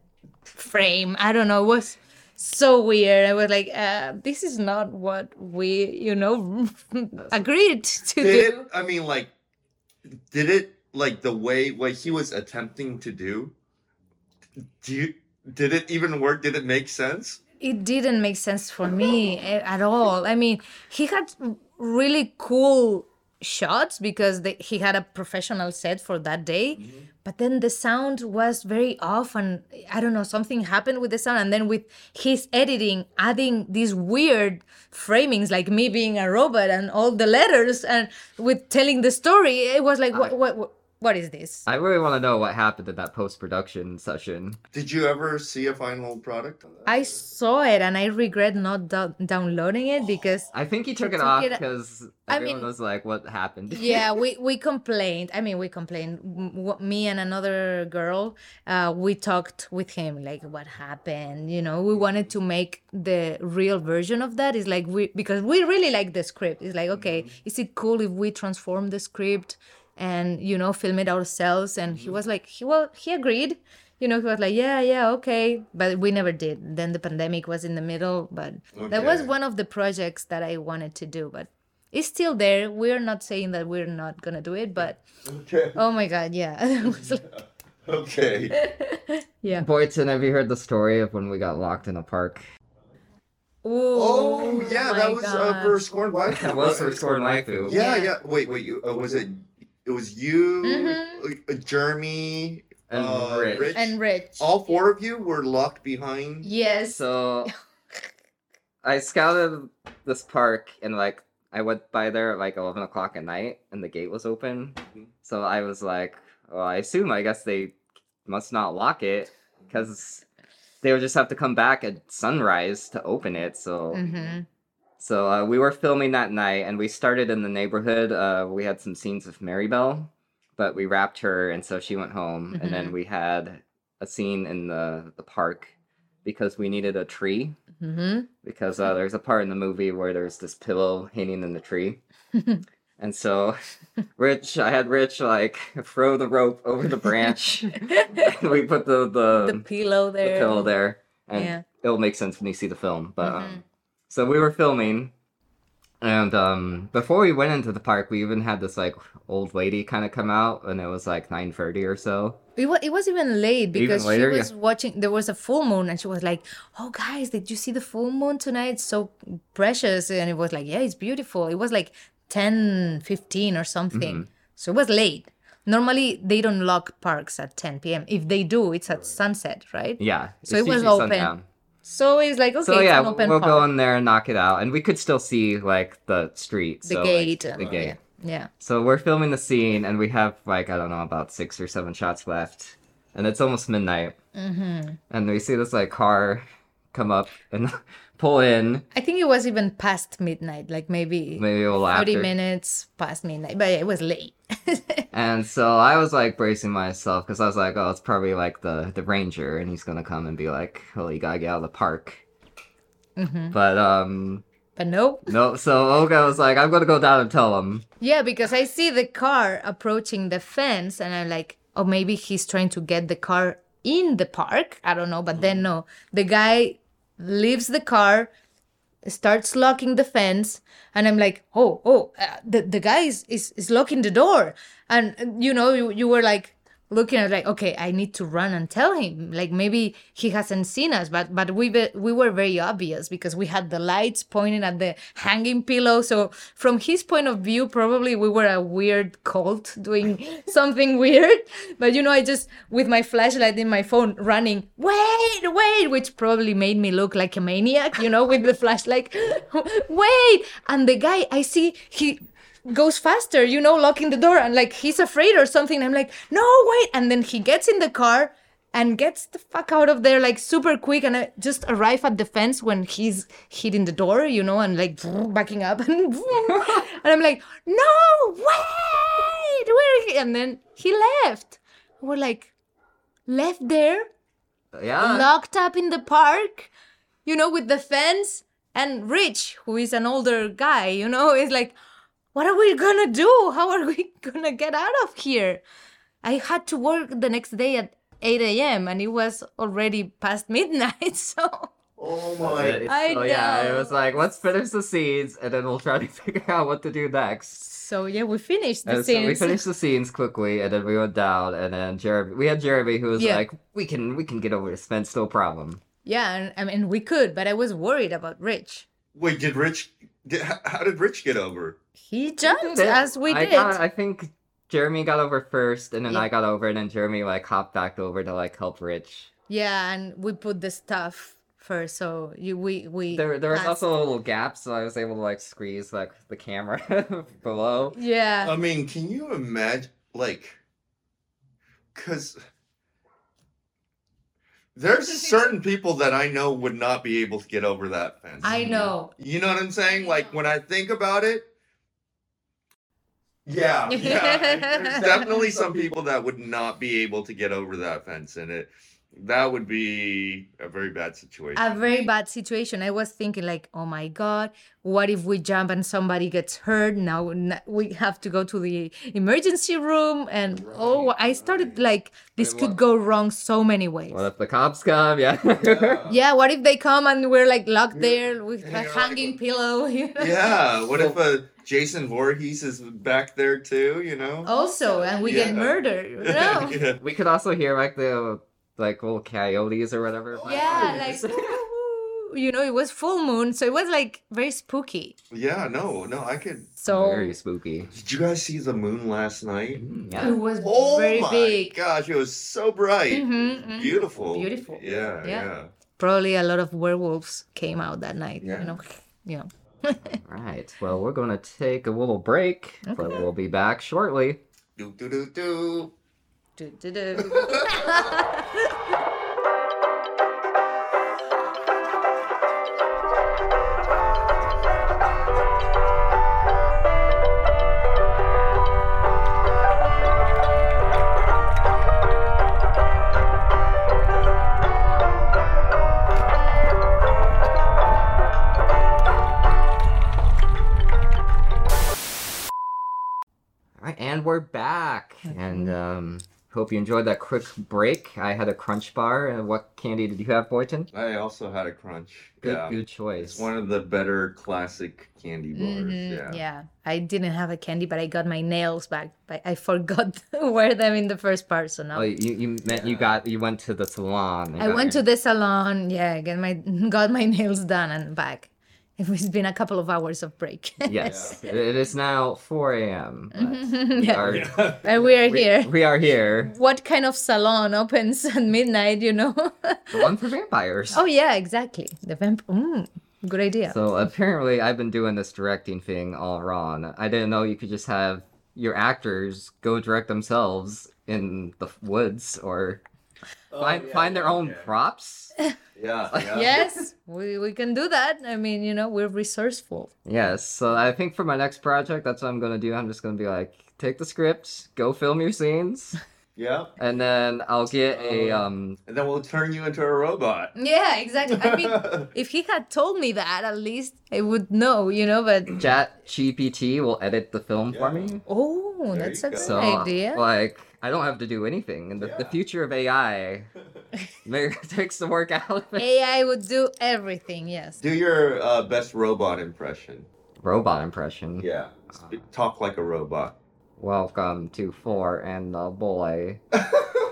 frame. I don't know, it was so weird. I was like, uh, this is not what we, you know, <laughs> agreed to Did do. it? I mean, like, did it like the way what he was attempting to do? Do you did it even work? Did it make sense? it didn't make sense for me a- at all. I mean, he had really cool shots because they, he had a professional set for that day, but then the sound was very off, and I don't know, something happened with the sound. And then with his editing, adding these weird framings, like me being a robot and all the letters, and with telling the story, it was like, what, what, what, what is this? I really want to know what happened in that post production session. Did you ever see a final product? I saw it and I regret not dou- downloading it because I think he took it took off it- because I everyone mean- was like, "What happened?" <laughs> yeah we we complained i mean we complained M- w- me and another girl uh we talked with him like what happened you know we wanted to make the real version of that is like we because we really like the script it's like okay is it cool if we transform the script and you know film it ourselves and he was like he well he agreed you know he was like yeah yeah okay but we never did then the pandemic was in the middle but that was Okay. one of the projects that i wanted to do but it's still there. We're not saying that we're not gonna do it, but <laughs> Okay. oh my god, yeah. <laughs> It was like- Okay. yeah. Boyton, have you heard the story of when we got locked in a park? Oh yeah, that my was uh, for Scorn Black. That was for Scorn Waifu. Yeah, Yeah. yeah. Wait, wait. You, uh, was it? It was you, Mhm. uh, Jeremy, And uh, Rich. Rich. and rich. All four of you were locked behind. Yes. So I scouted this park and like I went by there at like eleven o'clock at night and the gate was open. Mhm. So I was like, well, I assume I guess they must not lock it because they would just have to come back at sunrise to open it. So Mhm. so uh, we were filming that night and we started in the neighborhood. Uh, we had some scenes with Mary Bell, but we wrapped her and so she went home. And then we had a scene in the, the park because we needed a tree <laughs> Mhm. because uh, there's a part in the movie where there's this pillow hanging in the tree. and so Rich, I had Rich like <laughs> throw the rope over the branch. and we put the, the, The pillow the there. pillow there. And Yeah. Mm-hmm. it'll make sense when you see the film. But um, so we were filming, and um, before we went into the park, we even had this like old lady kind of come out, and it was like nine thirty or so. It was, it was even late because later, she was watching. There was a full moon, and she was like, "Oh, guys, did you see the full moon tonight? It's so precious." And it was like, "Yeah, it's beautiful." It was like 10, 15 or something. Mm-hmm. So it was late. Normally, they don't lock parks at 10 p.m. If they do, it's at sunset, right? Yeah, So it's it was usually open. So it's like, okay, So it's yeah, an open we'll park. go in there and knock it out, and we could still see like the street, the so, like, gate. the and- gate. Yeah. So we're filming the scene, and we have like I don't know about six or seven shots left, and it's almost midnight. Mm-hmm. And we see this like car come up and <laughs> pull in, I think it was even past midnight, like maybe maybe a little 30 after. minutes past midnight, but it was late. <laughs> And so I was like bracing myself because I was like, oh, it's probably like the the ranger, and he's gonna come and be like, well, you gotta get out of the park. Mm-hmm. But um, But no. no. So Olga was like, I'm gonna go down and tell him. Yeah, because I see the car approaching the fence and I'm like, oh, maybe he's trying to get the car in the park. I don't know. But then, no. The guy leaves the car, starts locking the fence. And I'm like, oh, oh, uh, the, the guy is, is, is locking the door. And, uh, you know, you, you were like, looking at like okay i need to run and tell him like maybe he hasn't seen us but but we be, we were very obvious because we had the lights pointing at the hanging pillow so from his point of view probably we were a weird cult <laughs> doing something weird but you know i just with my flashlight in my phone running wait wait which probably made me look like a maniac you know with the flashlight wait and the guy i see he goes faster, you know, locking the door and like he's afraid or something. I'm like, no, wait. And then he gets in the car and gets the fuck out of there like super quick and I just arrive at the fence when he's hitting the door, you know, and like backing up <laughs> and and I'm like, no, wait, where? And then he left. We're like, left there, Yeah. locked up in the park, you know, with the fence. And Rich, who is an older guy, you know, is like, what are we gonna do? How are we <laughs> gonna get out of here? I had to work the next day at 8 a.m. and it was already past midnight, <laughs> so. Oh But- my! I so yeah, it know. <laughs> was like, let's finish the scenes, and then we'll try to figure out what to do next. So yeah, we finished the And Uh, so we scenes. finished the scenes quickly, and then we went down, and then Jeremy. We had Jeremy who was Yeah. like, "We can, we can get over this fence, no problem." yeah, and I mean we could, but I was worried about Rich. Wait, did Rich? Did, h- how did Rich get over? He jumped did it. as we I did. got, I think Jeremy got over first, and then Yeah. I got over, and then Jeremy like hopped back over to like help Rich. Yeah, and we put the stuff first, so you we we There, there was passed. also a little gap, so I was able to like squeeze like the camera <laughs> below. yeah I mean, can you imagine? Like, because there's certain people that I know would not be able to get over that fence. I know. You know what I'm saying? Like when I think about it, <laughs> yeah, yeah. There's definitely some people that would not be able to get over that fence, and it that would be a very bad situation. A very bad situation. I was thinking like, oh my god, what if we jump and somebody gets hurt? Now n- we have to go to the emergency room, and oh, Right, I started like this Wait, could what- go wrong so many ways. What if the cops come? Yeah. yeah, what if they come and we're like locked there with uh, And a you're like- hanging pillow? <laughs> you know? yeah. What if uh, Jason Voorhees is back there too? You know. Oh, Also, and we get Yeah. <laughs> murdered. you know? yeah. <laughs> we could also hear like the like little coyotes or whatever. yeah, like Yes. <laughs> you know, it was full moon, so it was like very spooky. Yeah, no, no, I could. So very spooky. Did you guys see the moon last night? it Yeah. was Oh very my big. gosh, it was so bright. Mhm, mhm. Beautiful. Beautiful. Yeah, Yeah. yeah. Probably a lot of werewolves came out that night. Yeah. You know, you know. Mm. Right. Well, we're going to take a little break, but we'll be back shortly. Do, do, do, do. Du- du- <laughs> du. All right, and we're back. And um hope you enjoyed that quick break. I had a crunch bar. And what candy did you have, Boyton? I also had a crunch. Good, yeah. good choice. It's one of the better classic candy bars. Mhm, Yeah. yeah, I didn't have a candy, but I got my nails back. But I forgot <laughs> to wear them in the first part, so now Oh, you you meant you got you went to the salon. and I got went your- to the salon. Yeah, get my <laughs> got my nails done and back. It was been a couple of hours of <laughs> break. Yes, it is now 4 <laughs> a.m. but We Yeah. are, <laughs> and we are we- here. <laughs> we are here. what kind of salon opens <laughs> at midnight, you know? <laughs> The one for vampires. oh, yeah, exactly. The vamp. Mm, good idea. So apparently, I've been doing this directing thing all wrong. I didn't know you could just have your actors go direct themselves in the woods or Oh, find find their own props. Yeah. Yeah. yes, we, we can do that. I mean, you know, we're resourceful. yes. So I think for my next project, that's what I'm gonna do. I'm just gonna be like, take the script, go film your <laughs> scenes, Yeah. and then I'll get Oh, a um. And then we'll turn you into a robot. Yeah, exactly. I mean, <laughs> if he had told me that, at least I would know, you know, but <clears throat> Chat GPT will edit the film for me. oh, There that's you a go. good So idea. like, I don't have to do anything. And the, the Yeah. future of AI <laughs> <laughs> may- <laughs> takes the work out of <laughs> it. AI would do everything, <laughs> yes. Do your uh, best robot impression. robot impression. Yeah. Sp- Talk like a robot. <laughs> Welcome to four and the <laughs> boy.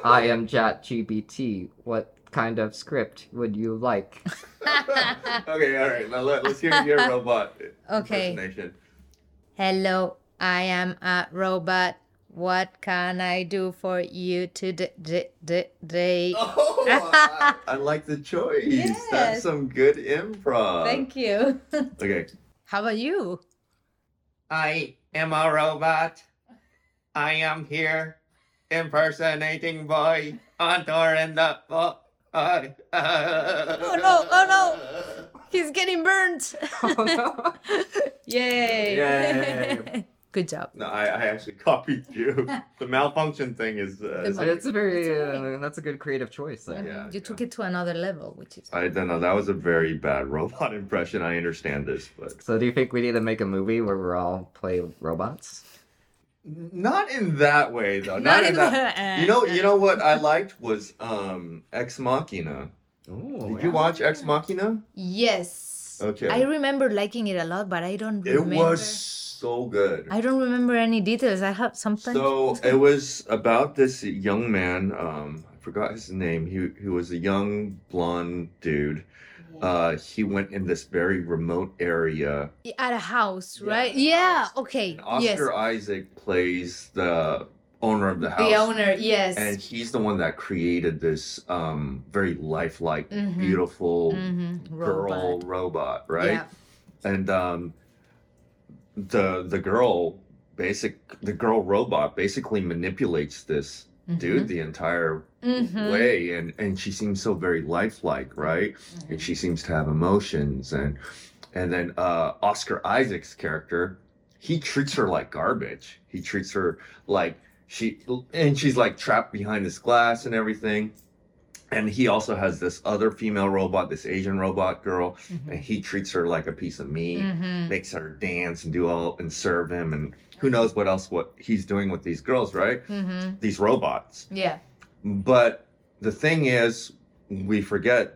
I am ChatGPT. What kind of script would you <laughs> like? <laughs> okay, all right. Now let, us hear your robot Okay. <laughs> impersonation. Hello, I am a robot. What can I do for you today? Oh, I, I like the choice. That's Yes. some good improv. Thank you. <laughs> Okay. How about you? I am a robot. I am here impersonating boy on door in the boy. Oh no, oh no! He's getting burnt! <laughs> oh, no. Yay! Yay. <laughs> Good job. No, I, I actually copied <laughs> you. The malfunction thing is. Uh, The It's a very, It's okay. uh, that's a good creative choice there. Yeah, you took yeah. it to another level, which is. I don't know. That was a very bad robot <laughs> impression. I understand this, but So do you think we need to make a movie where we're all play robots? not in that way though. Not, Not in, in that. the- you know. You know what I liked was um Ex Machina. Oh, Did you watch Ex Machina? Yes. Okay. I remember liking it a lot, but I don't it remember. was so good. I don't remember any details. I have sometimes. So it was about this young man. Um, I forgot his name. He he was a young blonde dude. Uh, he went in this very remote area. at a house, Yeah, right? at a Yeah. house. Okay. And Oscar yes. Isaac plays the owner of the house. The owner. Yes. And he's the one that created this um, very lifelike, Mhm. beautiful Mhm. girl Robot. robot, right? Yeah. and um the the girl basic the girl robot basically manipulates this Mm-hmm. dude the entire Mhm. way and and she seems so very lifelike right Mm-hmm. and she seems to have emotions and and then uh oscar isaac's character he treats her like garbage he treats her like she and she's like trapped behind this glass and everything and he also has this other female robot this asian robot girl and he treats her like a piece of meat Mhm. makes her dance and do all and serve him and who knows what else what he's doing with these girls right Mhm. these robots Yeah. but the thing is we forget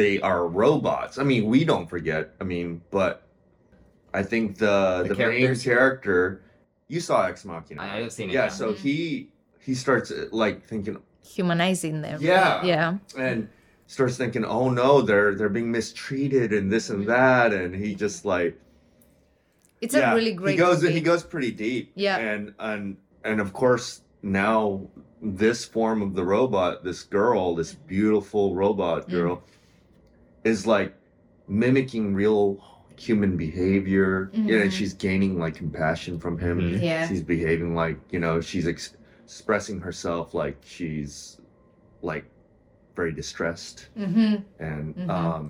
they are robots i mean we don't forget i mean but i think the The the, main characters? character you saw ex machina I- I've seen it, yeah yeah. so Mm-hmm. he he starts uh, like thinking Humanizing them. Yeah. Yeah. and Mm-hmm. starts thinking, "Oh no, they're they're being mistreated and this Mm-hmm. and that," and he just like It's yeah, a really great. He goes movie. he goes pretty deep. Yeah. and and and of course now this form of the robot, this girl, this beautiful robot Mm. girl, is like mimicking real human behavior you know, Mhm. and she's gaining like compassion from him Mhm. Yeah. she's behaving like you know she's ex- expressing herself like she's like very distressed Mhm. and Mhm. um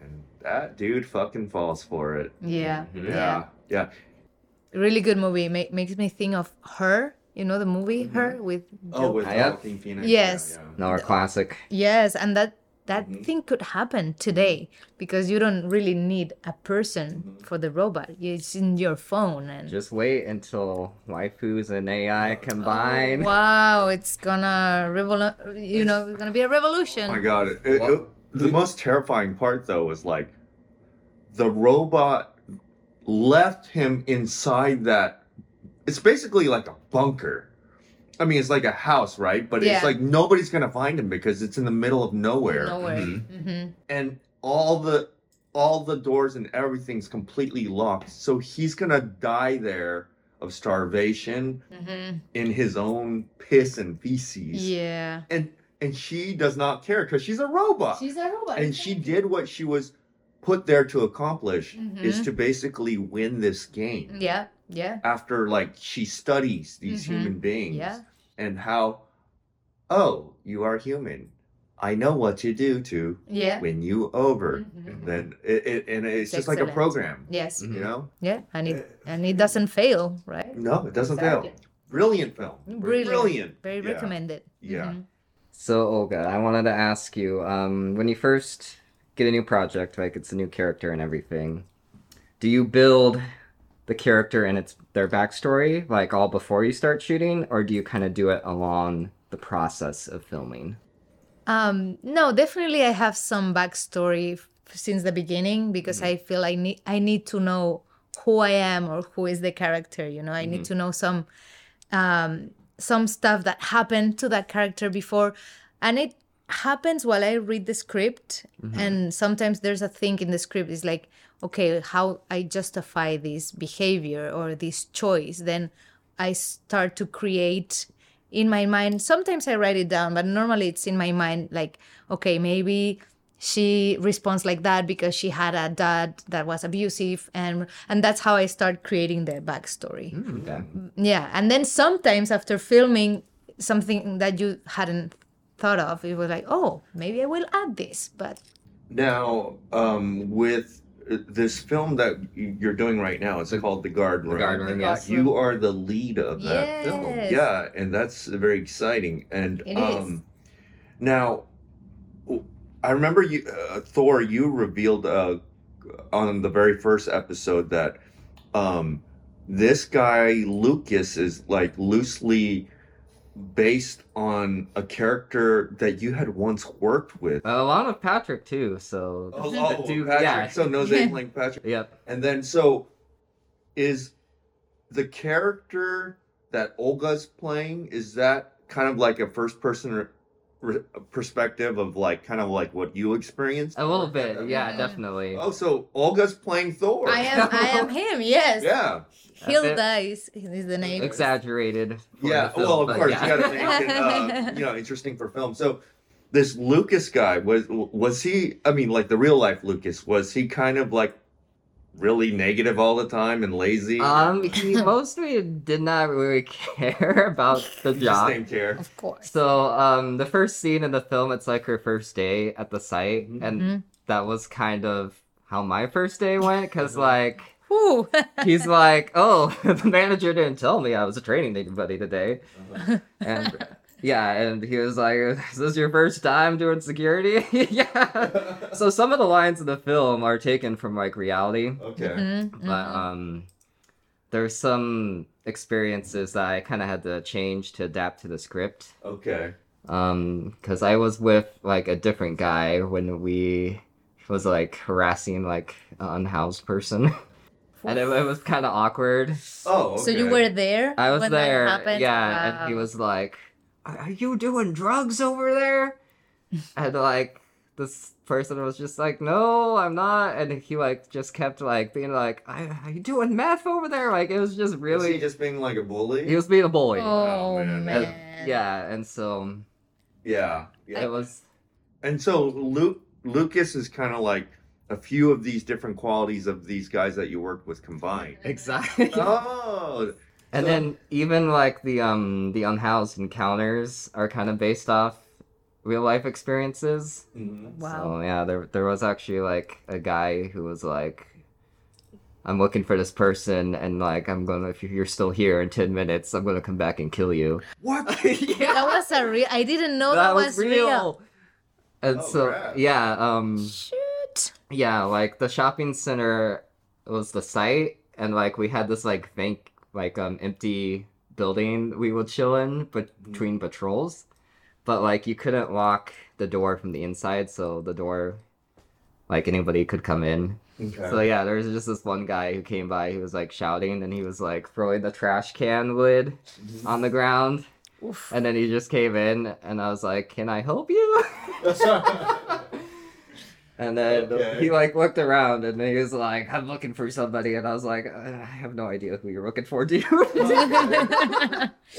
and that dude fucking falls for it Yeah. Mhm. yeah yeah Really good movie. Ma- makes me think of her. You know the movie Her with. oh Joaquin with Yeah. Joaquin Phoenix Yes. yeah, yeah. Another classic. Yes, and that that Mhm. thing could happen today because you don't really need a person Mm-hmm. for the robot. It's in your phone and Just wait until waifus and AI combine. Oh, wow, it's gonna revol you know, it's gonna be a revolution. oh my god it, it- Well- the most terrifying part though was like the robot left him inside that it's basically like a bunker i mean it's like a house right but Yeah. it's like nobody's gonna find him because it's in the middle of nowhere Nowhere. Mhm. Mm-hmm. Mhm. and all the all the doors and everything's completely locked so he's gonna die there of starvation Mhm. in his own piss and feces Yeah. and and she does not care because she's a robot She's a robot. and she did what she was put there to accomplish is Mhm. to basically win this game Yeah, yeah. after like she studies these Mhm. human beings Yeah. and how oh you are human i know what to do to Yeah. win you over Mhm. and then it, it and it's It's just like a excellent. Mm-hmm. program Yes. Mhm. you know Yeah. And it Uh, and it doesn't fail, right? no it doesn't fail Exactly. brilliant film Brilliant. brilliant Very Yeah. recommended. Yeah. Mhm. So Olga, I wanted to ask you, um, when you first get a new project, like it's a new character and everything, do you build the character and its their backstory like all before you start shooting, or do you kind of do it along the process of filming? Um, no, definitely I have some backstory f- since the beginning because I feel I need I need to know who I am or who is the character. You know, I need to know some um, some stuff that happened to that character before, and it happens while I read the script. And sometimes there's a thing in the script is like, okay, how I justify this behavior or this choice, then I start to create in my mind. Sometimes I write it down, but normally it's in my mind like, okay, maybe she responds like that because she had a dad that was abusive and and that's how I start creating the Hmm. backstory. Okay. Yeah, and then sometimes after filming something that you hadn't thought of, it was like, oh, maybe I will add this, but now um with uh, this film that y- you're doing right now it's called the guard room, Guard Room, yes. you are the lead of that film Yes. yeah and that's very exciting and It is. um now w- i remember you uh, thor you revealed uh on the very first episode that um this guy lucas is like loosely based on a character that you had once worked with. A lot of Patrick too, so Oh, the dude- Patrick. yeah. So <laughs> knows they playing Patrick. Yep. And then so is the character that Olga's playing is that kind of like a first person re- re- perspective of like kind of like what you experienced? A little bit, yeah, Yeah. definitely. Oh, so Olga's playing Thor. I am I <laughs> am him, yes. Yeah. Hilda is, is the name. Exaggerated. for Yeah. the film, well, of but course, yeah. you got to make <laughs> it, uh, you know, interesting for film. So this Lucas guy was was he? I mean, like the real life Lucas was he kind of like really negative all the time and lazy? <laughs> Um, he mostly did not really <laughs> care about the He just job. didn't <laughs> care. Of course. So, um, the first scene in the film, it's like her first day at the site, Mhm. and Mhm. that was kind of how my first day went. <laughs> Cause like Whew. <laughs> he's like, "Oh, <laughs> the manager didn't tell me I was training anybody today," and yeah, and he was like, "Is this your first time doing security?" <laughs> yeah. So some of the lines in the film are taken from like reality okay. Mhm, but mhm. um there's some experiences that i kind of had to change to adapt to the script Okay. um because i was with like a different guy when we was like harassing like an unhoused person <laughs> and it, it was kind of awkward Oh. So you okay. were there? i was when that there happened? yeah Wow. and he was like are, are you doing drugs over <laughs> there and like this person was just like no i'm not and he like just kept like being like I, are you doing meth over there like it was just Was really he just being like a bully? he was being a bully Oh, Oh, man. man. And- yeah and so yeah. Yeah. it was And so Luke Lucas is kind of like a few of these different qualities of these guys that you work with <laughs> combined. exactly Oh. <laughs> and then even like the um the unhoused encounters are kind of based off real life experiences Mhm. Wow. So yeah, there there was actually like a guy who was like, "I'm looking for this person, and like I'm gonna if you're still here in ten minutes, I'm gonna come back and kill <laughs> you." What? yeah, That was a real I didn't know that, was, real. And Oh, so crap. yeah, um, <laughs> Shoot. yeah, like the shopping center was the site, and like we had this like bank like um empty building we would chill in bet- between patrols, but like you couldn't lock the door from the inside, so the door. Like anybody could come in, Okay. <laughs> So yeah, there was just this one guy who came by. He was like shouting, and he was like throwing the trash can lid Mhm. on the ground. Oof. <laughs> And then he just came in, and I was like, "Can I help you?" <laughs> <laughs> and then Okay. he like looked around, and he was like, "I'm looking for somebody," and I was like, "Uh, "I have no idea who you're looking for, <laughs> dude."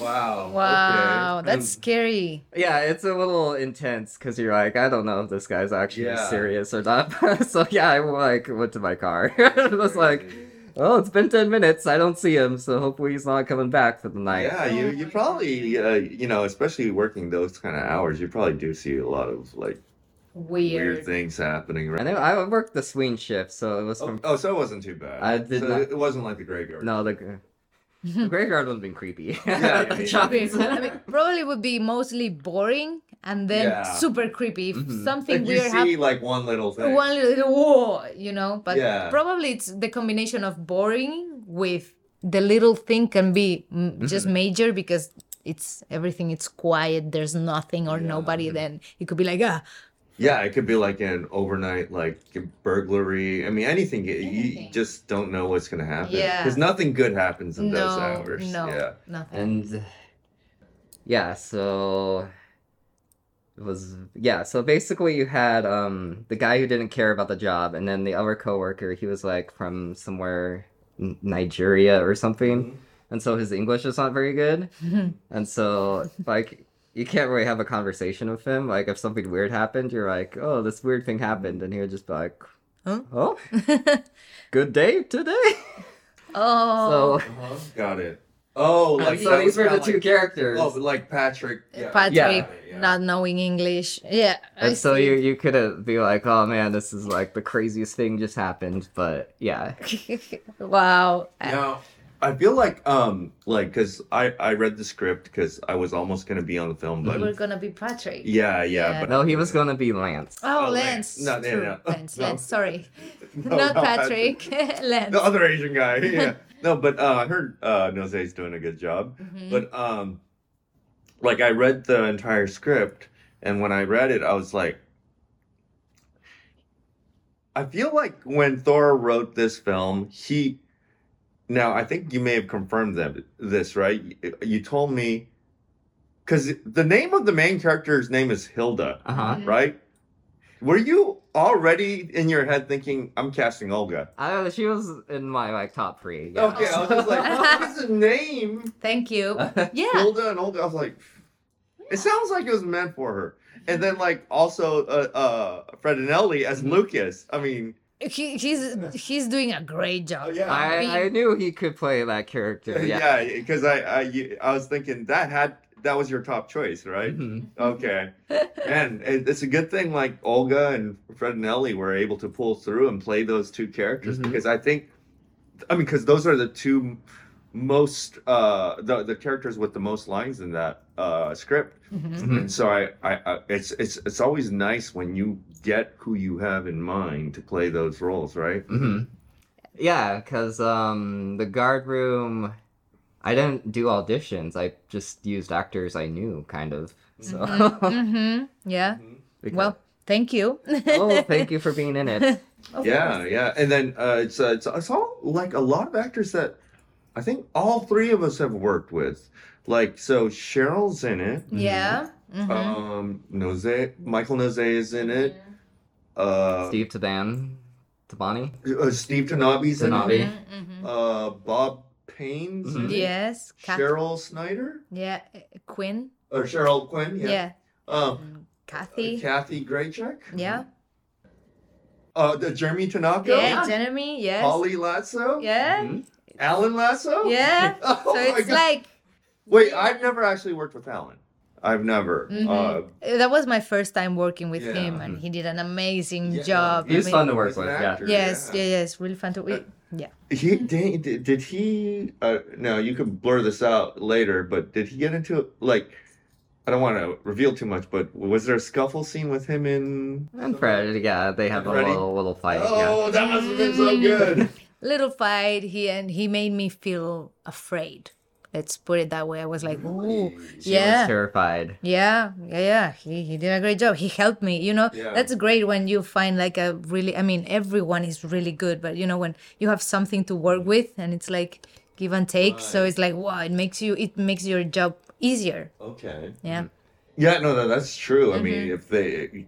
wow. wow, okay. that's scary. <laughs> yeah, it's a little intense because you're like, I don't know if this guy's actually Yeah. serious or not. <laughs> so yeah, I like went to my car. <laughs> it was like. Crazy. Oh, it's been 10 minutes. I don't see him, so hopefully he's not coming back for the night. Yeah, you you probably uh, you know, especially working those kind of hours, you probably do see a lot of like weird, Weird. things happening. Right? And then I worked the swing shift, so it was from. Oh, oh, so it wasn't too bad. I did so not- It wasn't like the graveyard. No, <laughs> the, the graveyard would have been creepy. <laughs> Oh. Yeah, The yeah, shopping yeah. center. I mean, probably would be mostly boring and then Yeah. Mm-hmm. super creepy if Mhm. Like something you see weird happens. like one little thing. One little whoa, you know, but Yeah. probably it's the combination of boring with the little thing can be Mm-hmm. mm, just major because it's everything. It's quiet. There's nothing or Yeah. nobody. Then it could be like ah, Yeah, it could be like an overnight like burglary. I mean, anything. You- You Anything. just don't know what's gonna happen. Yeah. because nothing good happens in no, those hours. no, Yeah. nothing. And yeah, so it was yeah, so basically you had um the guy who didn't care about the job and then the other coworker, he was like from somewhere in Nigeria or something. And so his English is not very good. and so like you can't really have a conversation with him. Like if something weird happened, you're like, "Oh, this weird thing happened." And he would just be like, Huh? "Oh, good day today." <laughs> oh, So Uh-huh. Got it. <laughs> Oh, like so that these was were the kinda two like- characters. Oh, but like Patrick. Yeah. Patrick Yeah. not knowing English. Yeah, I And so see. you you couldn't be like, oh man, this is like the craziest thing just happened. But yeah, <laughs> wow. Now, I feel like um like because I I read the script because I was almost gonna be on the film, but We're gonna be Patrick. yeah, yeah, Yeah. but <laughs> no, he was gonna be Lance. Oh, Oh, Lance. Lance. No, no, True. no. Lance, No. Lance, sorry. <laughs> No, Not Patrick. <laughs> Lance. the other Asian guy. <laughs> <laughs> Mm-hmm. Yeah. no, but uh, I heard uh, Jose's doing a good job. Mhm. But um, like I read the entire script, and when I read it, I was like, I feel like when Thor wrote this film, he. Now I think you may have confirmed that this right. You, you told me, because the name of the main character's name is Hilda, Uh huh. right? Were you already in your head thinking I'm casting Olga? I uh, she was in my like top three. yeah. Okay, I was just like, what is the name? <laughs> Thank you. Yeah. Hilda and Olga. I was like, it sounds like it was meant for her. And then like also uh, uh Fredinelli as Lucas. I mean, He, he's he's doing a great job. Oh, yeah, I, I knew he could play that <laughs> <laughs> character. Yeah. yeah, because I I you- I was thinking that had that was your top choice, right? Mhm. Okay, and it, it's a good thing like Olga and Fredinelli were able to pull through and play those two characters Mhm. because I think, I mean, because those are the two most uh the the characters with the most lines in that uh script Mhm. Mhm. And so I, I, I, it's it's it's always nice when you get who you have in mind to play those roles, right? Mm-hmm. Yeah, because um, the guard room, I didn't do auditions. I just used actors I knew, kind of. So, <laughs> Mhm. <laughs> Yeah. because- Well, thank you. oh, thank <laughs> you for being in it. yeah, yeah. And then uh, it's uh, it's it's all like a lot of actors that I think all three of us have worked with. Like so, Cheryl's in it. <laughs> yeah. Mhm. Um, Nose, Michael Nose is in it. Uh, Steve, Steve Taban, Tabani. uh, Steve Tanabe's in Tanabe. it. Mhm, mhm. Uh, Bob Payne's in Mm-hmm. Mhm. it. Yes. Kat- Cheryl Snyder Yeah. uh, Quinn. or Cheryl Quinn. Yeah. Yeah. Um, Mm, Kathy. Kathy Graycheck. yeah. Uh, the Jeremy Tanaka. Yeah. Jeremy. Yes. Holly Lasso. Yeah. Mhm. Alan Lasso. Yeah. Mm-hmm. <laughs> Oh so my it's God. like Wait, I've never actually worked with Alan. I've never. Mhm. uh, that was my first time working with Yeah. him, and he did an amazing Yeah. Mm-hmm. job. He's I mean- fun to work He's an with, yeah. actor, Yes. yeah. Yeah. Yes. Really fun to. Uh, We, yeah. He did. Did, did he? Uh, no, you can blur this out later. But did he get into like? I don't want to reveal too much, but was there a scuffle scene with him in? And Fred, yeah, they have a Freddy. little, little fight. Oh, that must have been Mm. so good. little fight he and he made me feel afraid let's put it that way i was <laughs> like ooh yeah. She was yeah terrified. yeah yeah yeah he, he did a great job he helped me you know Yeah. that's great when you find like a really i mean everyone is really good but you know when you have something to work with and it's like give and take so it's like wow it makes you it makes your job easier Okay. yeah Yeah, no, no, that's true. I mean, Mm-hmm. if they,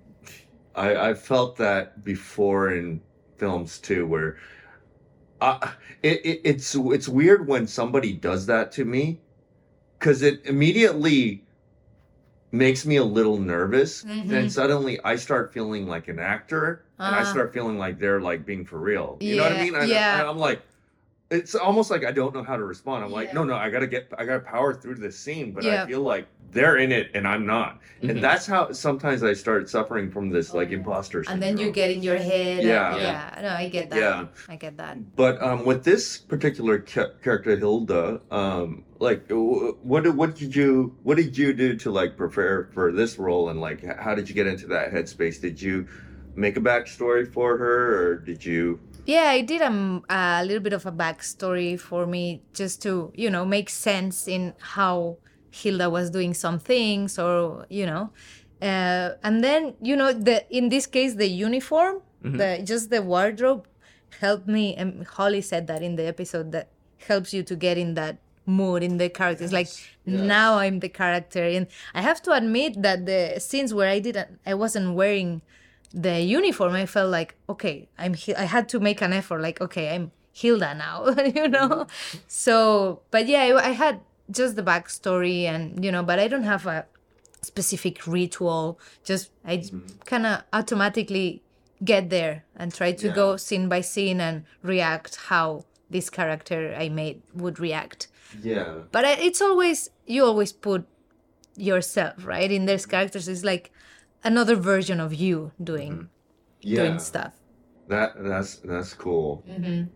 I, I felt that before in films too, where, I, it, it, it's it's weird when somebody does that to me, because it immediately makes me a little nervous. Mm-hmm. Then suddenly I start feeling like an actor, and I Ah. start feeling like they're like being for real. You know what I Yeah, mean? I, yeah. I, am like. It's almost like I don't know how to respond. I'm like, no, Yeah. "Oh, no, I gotta get, I gotta power through this scene, but Yeah. Mm-hmm. I feel like they're in it and I'm not Mhm. and that's how sometimes I start suffering from this like imposter syndrome. and then you get in your head and- Yeah. yeah, no i get that Yeah. i get that But um, with this particular ca- character Hilda, um, like w- what did- what did you what did you do to like prepare for this role and like h- how did you get into that headspace? Did you make a backstory for her or did you? Yeah, I did um, a little bit of a backstory for me just to, you know, make sense in how Hilda was doing some things or, you know. Uh, and then, you know, the in this case, the uniform, Mm-hmm. the just the wardrobe helped me. And Holly said that in the episode that helps you to get in that mood in the character. It's like now I'm the character, and I have to admit that the scenes where I didn't, I wasn't wearing the uniform, I felt like, okay, I'm. Hi- I had to make an effort. Like, okay, I'm Hilda now, <laughs> you know. So, but yeah, I, I had just the backstory, and you know, but I don't have a specific ritual. Just I kind of automatically get there and try to go scene by scene and react how this character I made would react. Yeah. But I- it's always you always put yourself right in these characters. It's like another version of you doing doing stuff. That that's that's cool. <laughs>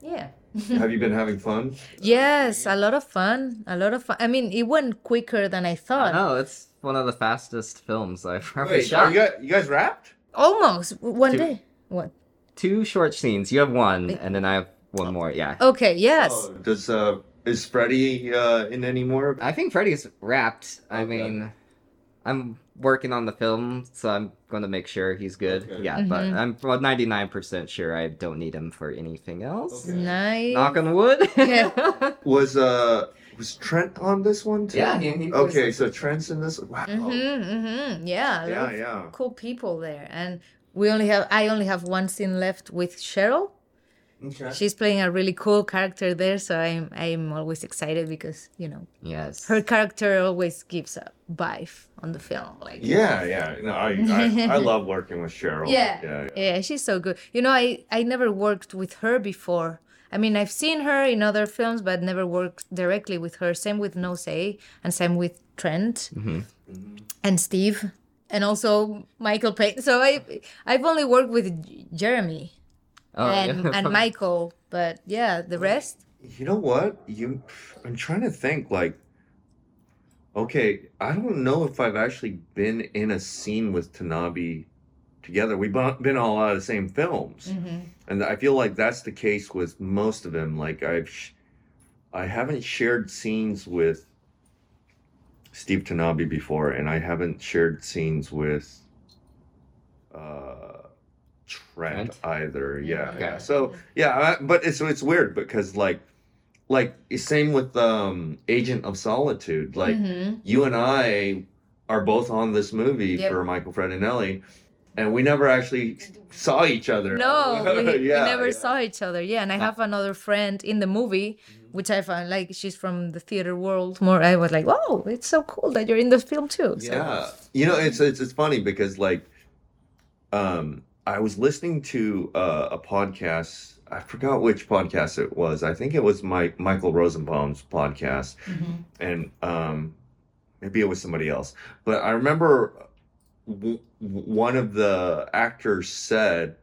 Yeah. Have you been having fun? Yes, a lot of fun. A lot of fun. I mean, it went quicker than I thought. No, Oh, it's one of the fastest films I've <laughs> ever Wait, shot. are you guys, you guys wrapped? Almost one Two. day. What? Two short scenes. You have one, and then I have one more. Yeah. Okay. Yes. Does uh, Is Freddy uh, in anymore? I think Freddy's wrapped. I Okay. mean, I'm working on the film, so I'm going to make sure he's good. Okay. Yeah, but Mm-hmm. I'm well, 99% sure I don't need him for anything else. Okay. Nice. Knock on wood. Yeah. Was uh was Trent on this one too? yeah, he, he was- Okay, so Trent's in this. Wow. hmm hmm Yeah, Yeah. lots of yeah. Cool people there, and we only have. I only have one scene left with Cheryl. Okay. She's playing a really cool character there, so I'm I'm always excited because you know <laughs> Yes. her character always gives a vibe on the film. Like Yeah, yeah. No, I, I <laughs> I love working with Cheryl. Yeah. Yeah. Yeah, she's so good. You know, I I never worked with her before. I mean, I've seen her in other films, but never worked directly with her. Same with No Say, and same with Trent Mm-hmm. and Steve, and also Michael Payne. So I I've only worked with J- Jeremy Oh, and yeah. <laughs> and Michael, but yeah, the rest. You know what? You, I'm trying to think. Like, okay, I don't know if I've actually been in a scene with Tanabe together. We've bo- been on a lot of the same films, and I feel like that's the case with most of them. Like, I've, sh- I haven't shared scenes with Steve Tanabe before, and I haven't shared scenes with. Uh, Trent Trent? either, yeah, Okay. yeah. So yeah, I- but it's it's weird because like like same with um Agent of Solitude. Like Mhm. you and I are both on this movie Yep. for Michael Fredinelli, and we never actually saw each other. <laughs> No, we, we Yeah, never yeah. saw each other. Yeah, and I have another friend in the movie, Mm-hmm. which I found like she's from the theater world. More, I was like, oh, it's so cool that you're in the film too. So- Yeah, you know it's it's it's funny because like, um, I was listening to uh, a podcast. I forgot which podcast it was. I think it was my Michael Rosenbaum's podcast, Mm-hmm. and um, maybe it was somebody else. But I remember w- w- one of the actors said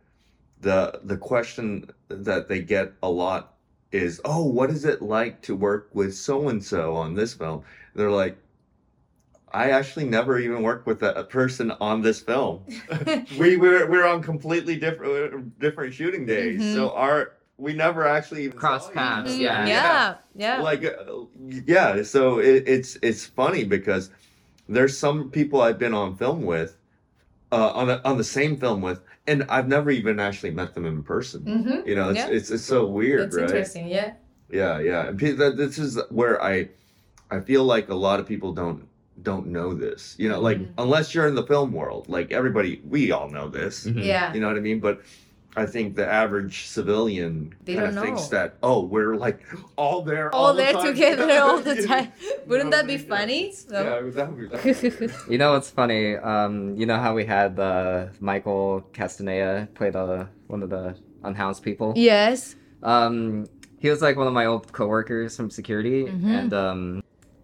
the the question that they get a lot is, "Oh, what is it like to work with so and so on this film?" They're like. I actually never even worked with a, a person on this film. we were we were on completely different different shooting days, so our we never actually even saw Crossed each paths, Mm-hmm. yeah. other. yeah, mm, yeah. like uh, yeah. So it, it's it's funny because there's some people I've been on film with, uh, on the, on the same film with, and I've never even actually met them in person. Mhm. You know, it's, Yeah. it's it's so weird, It's right? interesting, yeah. yeah yeah And pe- that- this is where i i feel like a lot of people don't don't know this you know like Mm. unless you're in the film world like everybody we all know this Mhm. Yeah. you know what i mean but i think the average civilian They kind of don't thinks know. that oh we're like all there all the there time. <laughs> together all the You time. know Wouldn't what I that be mean? funny? yeah, So- that would be, that would be <laughs> weird. You know what's funny? Um, you know how we had uh, Michael Castaneda play the one of the unhoused people. Yes. Um, he was like one of my old coworkers from security, Mm-hmm. and um,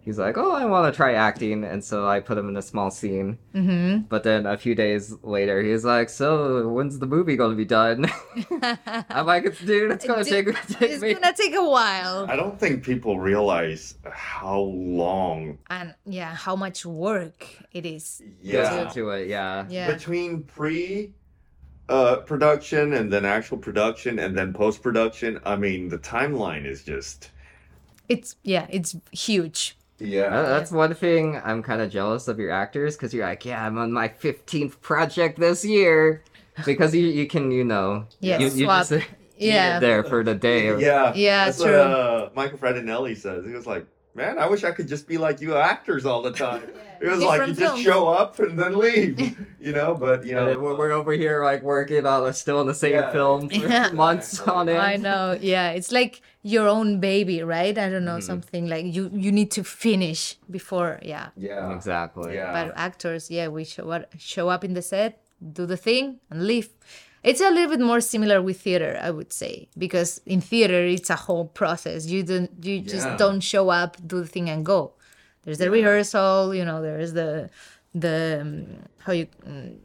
he's like, "Oh, I want to try acting," and so I put him in a small scene. Mm-hmm. <laughs> But then a few days later, he's like, "So when's the movie gonna be done?" <laughs> I'm like, "It's dude, it's gonna Dude, take, take <laughs> <laughs> it's me." gonna take a while. i don't think people realize how long And yeah, how much work it is. Goes into it, yeah. Yeah. between pre uh, production and then actual production and then post production. I mean, the timeline is just It's yeah, it's huge. Uh, yeah. That's one thing I'm kind of jealous of your actors because you're like, yeah, I'm on my 15th project this year because you, you can you know Yes, you, you swap. just <laughs> you Yeah. get there for the day or- Yeah, Yeah, That's true. what uh, Michael Fredinelli says. He was like, "Man, I wish I could just be like you actors all <laughs> the time." It was like you Different just films. show up and then <laughs> leave, you know. But you And then Uh, know, we're, we're over here like working on a, still on the same Yeah. film for Yeah. <laughs> months on I end. know. Yeah, it's like your own baby, right? I don't know something like you you need to finish before. Yeah. yeah, Exactly. Yeah. But actors, yeah, we show up, show up in the set, do the thing, and leave. It's a little bit more similar with theater, I would say, because in theater it's a whole process. You don't, you just Yeah. don't show up, do the thing, and go. There's the rehearsal, you know. There is the the um, how you. mm,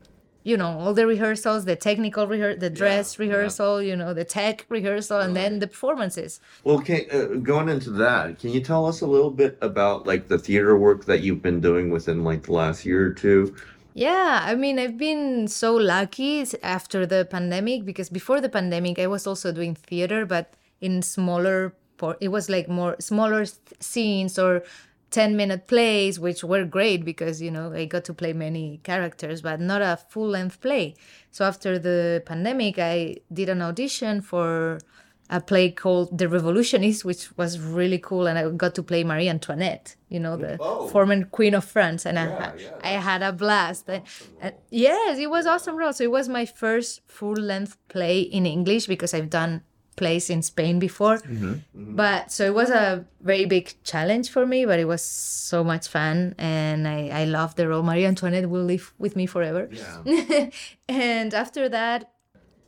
you know all the rehearsals the technical rehearsal the dress rehearsal you know the tech rehearsal and then the performances Well, can, uh, going into that, can you tell us a little bit about like the theater work that you've been doing within like the last year or two? Yeah, I mean, I've been so lucky s- after the pandemic because before the pandemic, I was also doing theater, but in smaller for it was like more smaller s- scenes or 10 minute plays which were great because you know i got to play many characters but not a full length play so after the pandemic i did an audition for a play called the revolutionists which was really cool and i got to play marie antoinette you know the Oh. former queen of france and Yeah, I, ha- yeah, I had a blast And- and- yes it was awesome role so it was my first full length play in english because i've done plays in spain before Mm-hmm, but so it was a very big challenge for me but it was so much fun and i, I love the role marie antoinette will live with me forever <laughs> and after that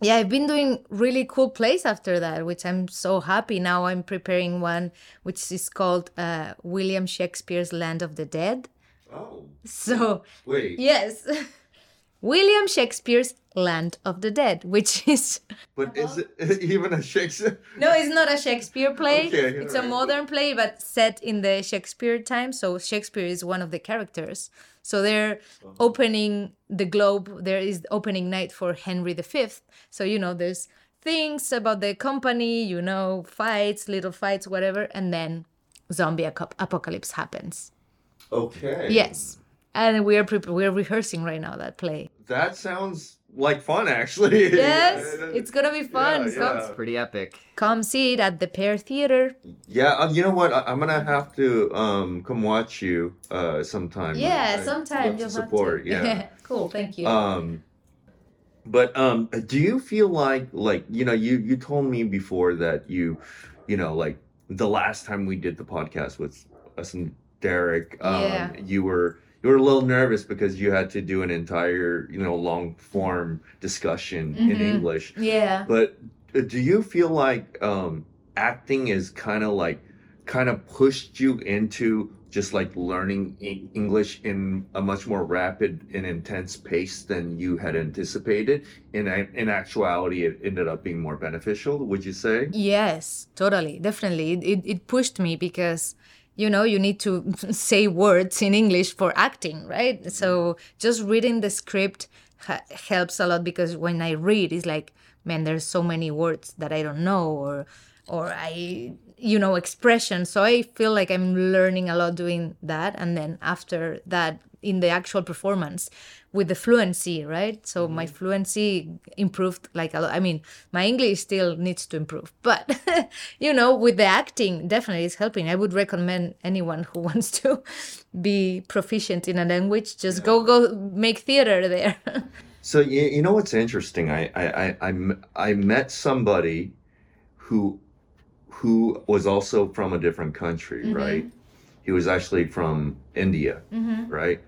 yeah i've been doing really cool plays after that which i'm so happy now i'm preparing one which is called uh, william shakespeare's land of the dead Oh, so wait. yes <laughs> william shakespeare's land of the dead which is <laughs> But is it <laughs> even a Shakespeare? no it's not a shakespeare play Okay, it's a alright. modern play but set in the shakespeare time so shakespeare is one of the characters so they're Oh. opening the globe there is opening night for henry v so you know there's things about the company you know fights little fights whatever and then zombie aco- apocalypse happens Okay. yes and we are pre- we are rehearsing right now that play That sounds like fun, actually. <laughs> yes it's gonna be fun Yeah, so yeah. It's pretty epic. come see it at the Pear Theater. Yeah, uh, you know what? I, I'm gonna have to um come watch you uh sometime. Yeah, I- I'd love sometime to you'll <laughs> support. have to. Yeah. cool. Thank you. um, but um, do you feel like like you know you you told me before that you, you know, like the last time we did the podcast with us and Derek, um, Yeah. you were you were a little nervous because you had to do an entire you know long form discussion in Mhm. English. yeah. But uh, do you feel like um, acting is kind of like kind of pushed you into just like learning e- English in a much more rapid and intense pace than you had anticipated? And I- in actuality, it ended up being more beneficial. Would you say? Yes, totally. Definitely. It, it, it pushed me because, you know, you need to <laughs> say words in English for acting, right? So just reading the script ha- helps a lot because when I read, it's like, man, there's so many words that I don't know or, or I, you know, expression. So I feel like I'm learning a lot doing that. And then after that, in the actual performance with the fluency, right? So my Mm-hmm. fluency improved like a lot. I mean, my English still needs to improve, <laughs> but you know, with the acting, definitely it's helping. I would recommend anyone who <laughs> wants to be proficient in a language, just go go make theater there. <laughs> So you, you know what's interesting? I I, I- I m- I met somebody who who was also from a different country, right? He was actually from India, right?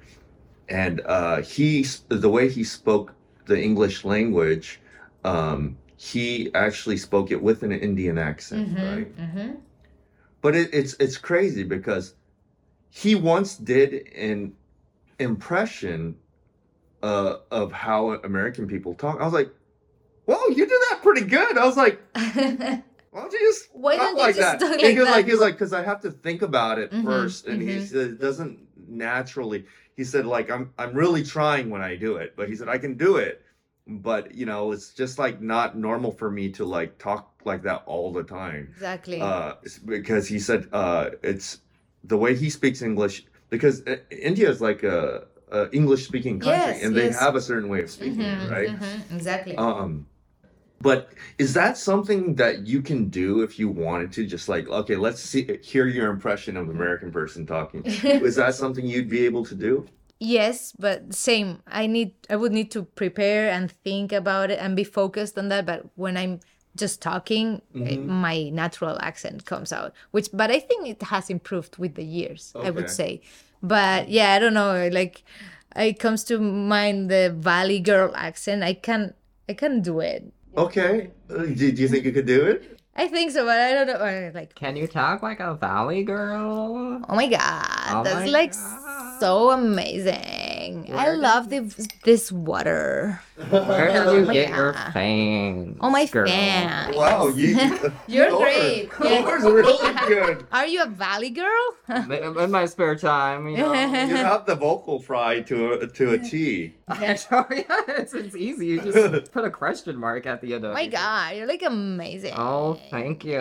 And uh, he s- the way he spoke the English language, um, he actually spoke it with an Indian accent, right? Mhm. But it, it's it's crazy because he once did an impression uh, of how American people talk. I was like, "Whoa, you do that pretty good." I was like, "Why don't you just <laughs> Why talk don't you like just that?" And talk like he was that? like, "He was like, because I have to think about it Mhm, first, and he mhm. said it doesn't naturally." He said, "Like I'm I'm really trying when I do it, but he said I can do it." But you know, it's just like not normal for me to like talk like that all the time exactly. uh, s- because he said uh, it's the way he speaks English because uh, India is like a, a English speaking country Yes, and they yes. have a certain way of speaking, Mhm, right? mhm, Exactly. Um, but is that something that you can do if you wanted to? Just like okay, let's see, hear your impression of an American person talking. is that something you'd be able to do? Yes, but same. I need I would need to prepare and think about it and be focused on that, but when I'm just talking, it- Mm-hmm. my natural accent comes out, which but I think it has improved with the years, I Okay. would say. But yeah, I don't know, like it comes to mind the valley girl accent. I can I can do it. Okay, uh, do, do you think you could do it? I think so, but I don't know uh, like Can you talk like a valley girl? Oh my god, Oh that's my like God. so amazing. I Where love the, this water. Uh, Where do you my get your God. fans? Oh my girl? fan. Wow, you, You're yours- great. Yours really good. Are you a valley girl? In in my spare time, you <laughs> know. You have the vocal fry to a, to a T. <laughs> <laughs> So, yeah, it's, it's easy. You <laughs> just put a question mark at the end of my it. god, you look amazing. Oh, thank <laughs> you.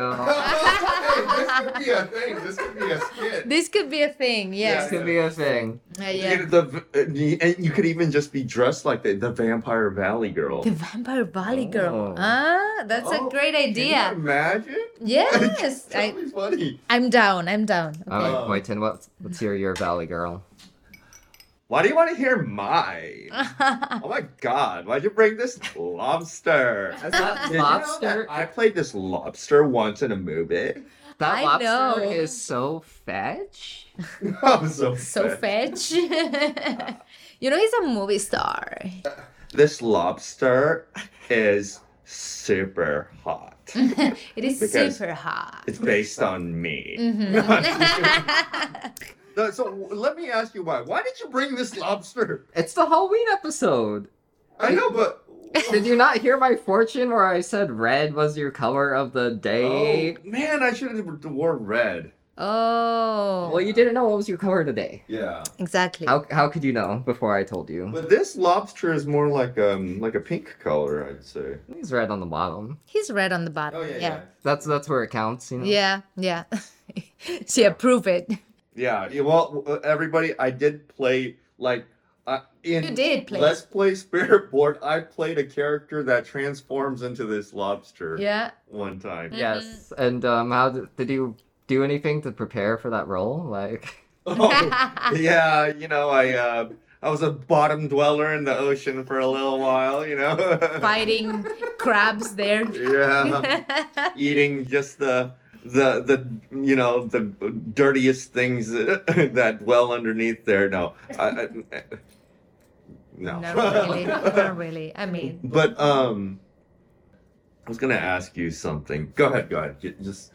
hey, this could be a thing. This could be a skit. This could be a thing, this <laughs> yes. could be a thing. Yeah, You yeah. could- the- uh, and you could even just be dressed like the, the Vampire Valley girl. The vampire valley Oh. girl. Ah, that's Oh, a great Can you idea. imagine? Yes, That I, was funny. I'm down. I'm down. All Okay. right, Boyton, what, let's hear your Valley Girl. Why do you want to hear <laughs> my? oh my god, why'd you bring this lobster? Is that Did you know lobster? that I played this lobster once in a movie. <laughs> That I lobster know. is so fetch. I'm so, <laughs> so fat. fetch. <laughs> you know he's a movie star. <laughs> This lobster is super hot. It is Because- super hot. Mm-hmm. It's based on me. <laughs> Mm-hmm. Mhm. <laughs> <laughs> No, So let me ask you why. Why did you bring this lobster? It's the Halloween episode. I know, but Did you not hear my fortune where I said red was your color of the oh, day? man, I should have wore red. oh, Well, you didn't know what was your color today. Yeah. exactly. How, how could you know before I told you? But this lobster is more like um like a pink color, I'd say. He's red on the bottom. He's red on the bottom. Oh, yeah. That's that's where it counts, Oh, you know. Yeah, yeah. <laughs> she approved it. Yeah, yeah, well, uh, everybody, I did play like uh, in You did play. Let's Play Spirit Board. I played a character that transforms into this lobster Yeah. one time. Yes. And um, how did, did you do anything to prepare for that role? Like, <laughs> Oh, yeah, you know, I uh, I was a bottom dweller in the ocean for a little while, you know. <laughs> <laughs> Fighting crabs <laughs> there. <laughs> yeah, eating just the the the you know the dirtiest things <laughs> that dwell underneath there. No, I, I, I- no, <laughs> not really. Not really. I mean, <laughs> But um, I was gonna ask you something. Go ahead, go ahead. Ju- Just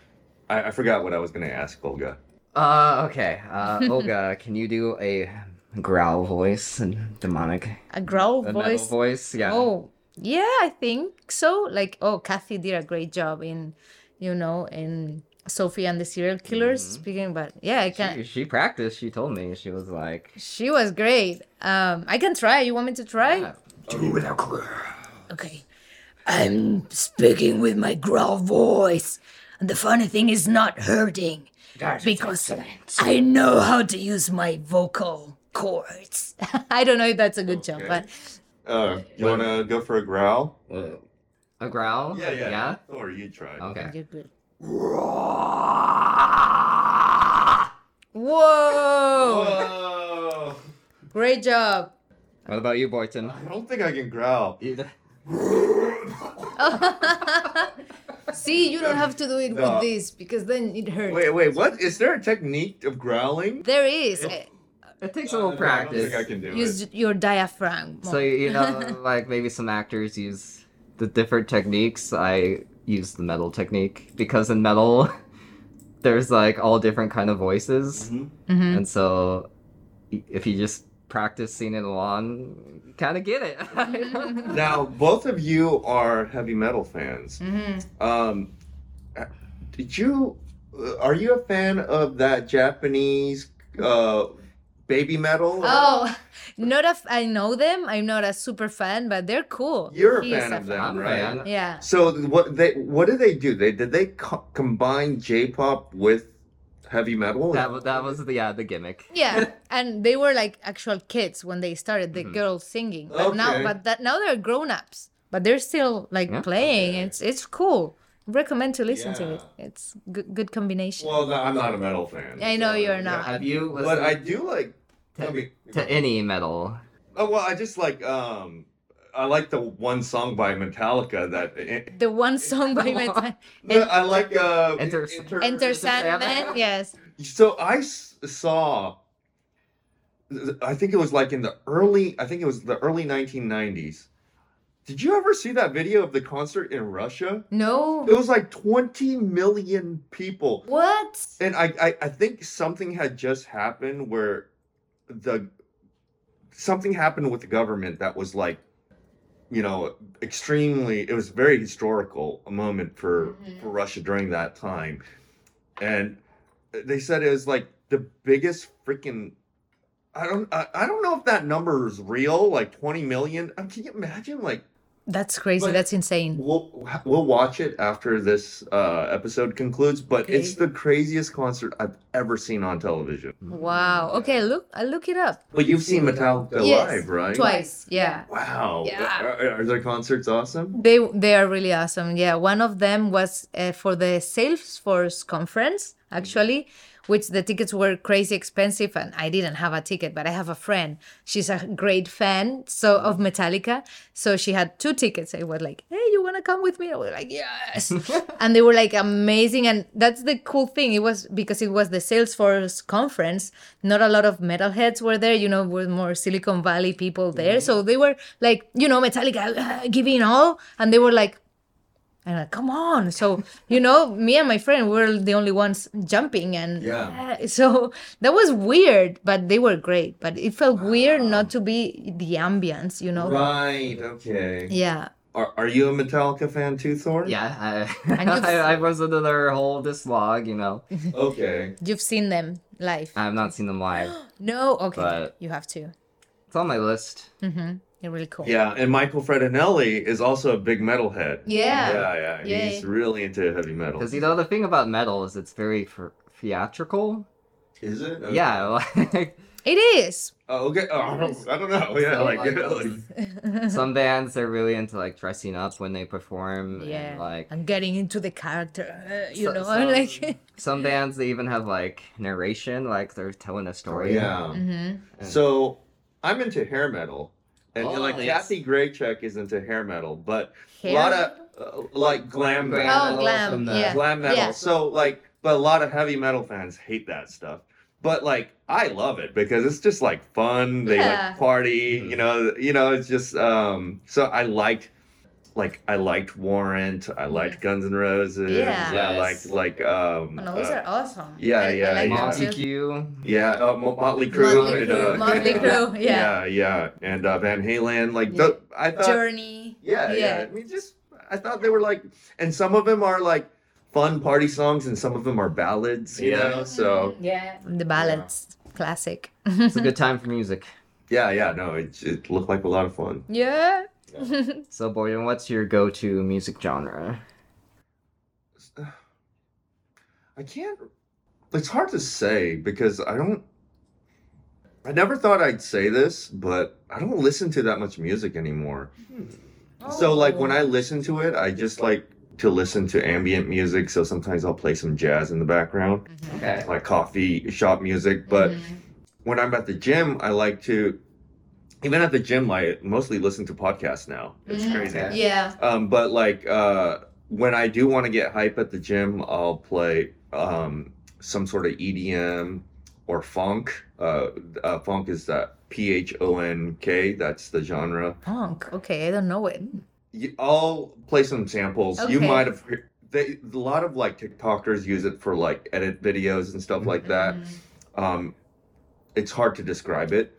I, I forgot what I was gonna ask Olga. uh, okay. Uh, Olga, <laughs> can you do a growl voice and demonic a growl a metal voice. voice? Yeah. Oh, yeah, I think so. Like, oh, Kathy did a great job in, you know, in Sophie and the Serial Killers speaking. But yeah, I can. Mm-hmm. She, she practiced. She told me she was like, She, was great. Um, I can try. You want me to try? Yeah. Okay. I'm speaking with my growl voice. And the funny thing is not hurting. because I know how to use my vocal cords. <laughs> I don't know if that's a good job, Okay. but Uh, you wanna go for a growl? "Uh, a growl. Yeah. Or you try. Okay. you're good. Whoa! Whoa! Great <laughs> job. What about you, Boyton? I don't think I can growl. See, you don't have to do it No. with this because then it hurts. Wait, wait. What is there a technique of growling? There is. eh, It takes a little I don't practice. think I can do it. Use your diaphragm. So you <laughs> know, like maybe some actors use the different techniques. I use the metal technique because in metal, <laughs> there's like all different kind of voices, Mhm. Mhm. and so y- if you just practice singing it along, you kind of get it. <laughs> Now, both of you are heavy metal fans. Mhm. Um, uh, did you? uh, Are you a fan of that Japanese uh, baby metal? Oh, <laughs> not a. F- I know them. I'm not a super fan, but they're cool. you're a He is fan of them, I'm a right? fan. Yeah. So th- what they what did they do? They did they co- combine J-pop with heavy metal? that was that was the yeah the gimmick. <laughs> Yeah, and they were like actual kids when they started the girls singing. But Mm-hmm. now, Okay. but that now they're grown ups, but they're still like Yeah. playing. It's it's cool. recommend to listen to it. Yeah. It's good good combination. Well, no, I'm not a metal fan. I know so- you're not. Have you But listened I do like. I mean- to any metal? oh well, I just like um, I like the one song by Metallica that. the one song by <laughs> Metallica, I like uh, Enter- Enter Sandman. Yes. So I s- saw. I think it was like in the early. I think it was the early 1990s. Did you ever see that video of the concert in Russia? No. It was like 20 million people, What? and I I, I think something had just happened where the something happened with the government that was like you know extremely it was a very historical moment for Mhm. for Russia during that time and they said it was like the biggest freaking I don't I, I don't know if that number is real like 20 million I mean, can you imagine like That's crazy. But- That's insane. we'll we'll watch it after this uh episode concludes but it's Okay. the craziest concert I've ever seen on television Wow. Okay, look, I'll look it up but you've seen Metallica Yes, live right twice. Yeah. wow Yeah. are, are their concerts awesome They they are really awesome. Yeah, one of them was uh, for the Salesforce conference Mm-hmm. actually, which the tickets were crazy expensive, and I didn't have a ticket, but I have a friend. She's a great fan so of Metallica, so she had two tickets. I was like, "Hey, you wanna come with me?" I was like, "Yes," and they were like amazing. And that's the cool thing. It was because it was the Salesforce conference. Not a lot of metalheads were there. You know, were more Silicon Valley people there, so they were like, you know, Metallica uh, giving all, and they were like. And like, come on! So you know, me and my friend were the only ones jumping, and Yeah. uh, so that was weird. But they were great. But it felt weird not to be the ambience, you know? Right. Okay. Yeah. Are, are you a Metallica fan too, Thor? Yeah, I, And you've- <laughs> I, I was into their whole dislog, you know. <laughs> Okay. You've seen them live. Ah. I have not seen them live. no, okay. but- you have to. It's on my list. Mm-hmm. You're really cool. Yeah, and Michael Fredinelli is also a big metalhead. Yeah. Yeah, yeah. He's Yay. really into heavy metal. Because, you know, the thing about metal is it's very f- theatrical. Is it? Okay. Yeah, <laughs> like, <laughs> It is. Oh, okay. Oh, I, don't, I don't know. Yeah, So, like, like, yeah, <laughs> like <laughs> some bands, they're really into, like, dressing up when they perform. yeah. And, like, I'm getting into the character, uh, you So- know? <laughs> I'm <laughs> so- like, <laughs> some bands, they even have, like, narration, like, they're telling a story. yeah. hmm So I'm into hair metal, and Oh, like yes. Kathy Graycheck is into hair metal, but a lot of uh, like glam Glam metal. Oh, glam, from the- yeah. glam metal. Yeah. So like, but a lot of heavy metal fans hate that stuff. But like, I love it because it's just like fun. They Yeah. like party. Mhm. You know, you know. It's just um. So I liked, like, I liked Warrant. I liked Guns N' Roses. Mm. Yeah. I liked Yes. like um. Oh, no, those uh, are awesome. yeah, yeah, like yeah. them Monty too. Q. <laughs> yeah, uh, Mo- Motley Crue. Motley and, Crue. uh, <laughs> Motley Crue, Yeah. yeah, yeah, and uh, Van Halen. Like, Yeah. tho- I thought Journey. yeah, yeah, Yeah. I mean, just I thought they were like, and some of them are like fun party songs, and some of them are ballads. You Yeah. know, so Yeah. The ballads. Classic. It's a good time for music. yeah, yeah, no, it, it looked like a lot of fun. <laughs> yeah. So, Boyden, what's your go-to music genre? I can't. It's hard to say because I don't. I never thought I'd say this, but I don't listen to that much music anymore. Oh, So like when I listen to it, I just like to listen to ambient music. So sometimes I'll play some jazz in the background, Mm-hmm. Okay. like coffee shop music. But when I'm at the gym, I like to, even at the gym, I mostly listen to podcasts now. It's Mhm. crazy. Okay. Yeah. Um, but like uh, when I do want to get hype at the gym, I'll play um, some sort of EDM or funk. Uh, uh, funk is that P H O N K. That's the genre. Punk. Okay, I don't know it. You, I'll play some samples. You Okay. might have. heard- They, a lot of like TikTokers use it for like edit videos and stuff like Mm-hmm. that um it's hard to describe it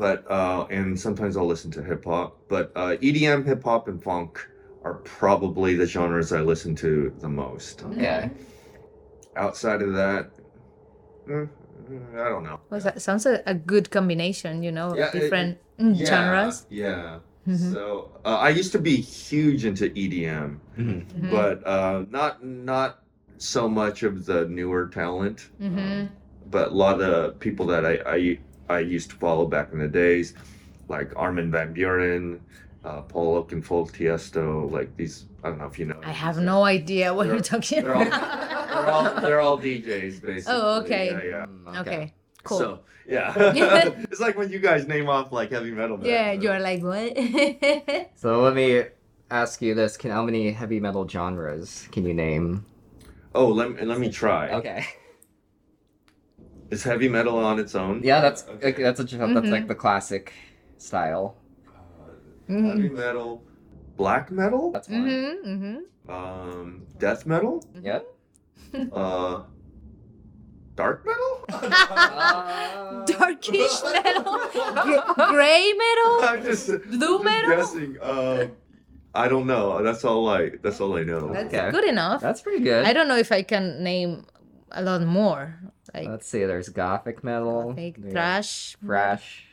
but uh and sometimes i'll listen to hip hop but uh edm hip hop and funk are probably the genres i listen to the most Mm-hmm. Yeah. outside of that mm, mm, i don't know Well, that sounds a, a good combination, you know, of Yeah, it- different mm, Yeah, genres. yeah Mhm. so uh, i used to be huge into E edm Hmm. Mhm. but uh not not so much of the newer talent Mhm. but a lot of the people that I, I I used to follow back in the days, like Armin van Buren, uh, Paul Oakenfold, Tiesto, like these. I don't know if you know. I have no idea what They're- you're talking they're all- about. They're <laughs> all they're all DJs basically. Oh, okay. Yeah, yeah. Mm, okay, cool. So <laughs> yeah, <laughs> it's like when you guys name off like heavy metal. bands, yeah, so- you're like, what? <laughs> So let me ask you this: Can how many heavy metal genres can you name? Oh, let me let me try. Okay. Is heavy metal on its own? Yeah, that's Okay. like, that's a, that's Mm-hmm. like the classic style. Uh, Heavy metal, black metal, That's one. Mm-hmm, mm-hmm. um, death <laughs> metal, <laughs> Yep. uh, dark metal. <laughs> Uh, Turkish metal, Gr- gray <laughs> metal, I'm just, blue just metal. guessing. Um, I don't know. That's all I. That's all I know. That's- Okay. That's good enough. That's pretty good. I don't know if I can name a lot more. Like Let's see. There's gothic metal, like there's thrash. Oh, thrash.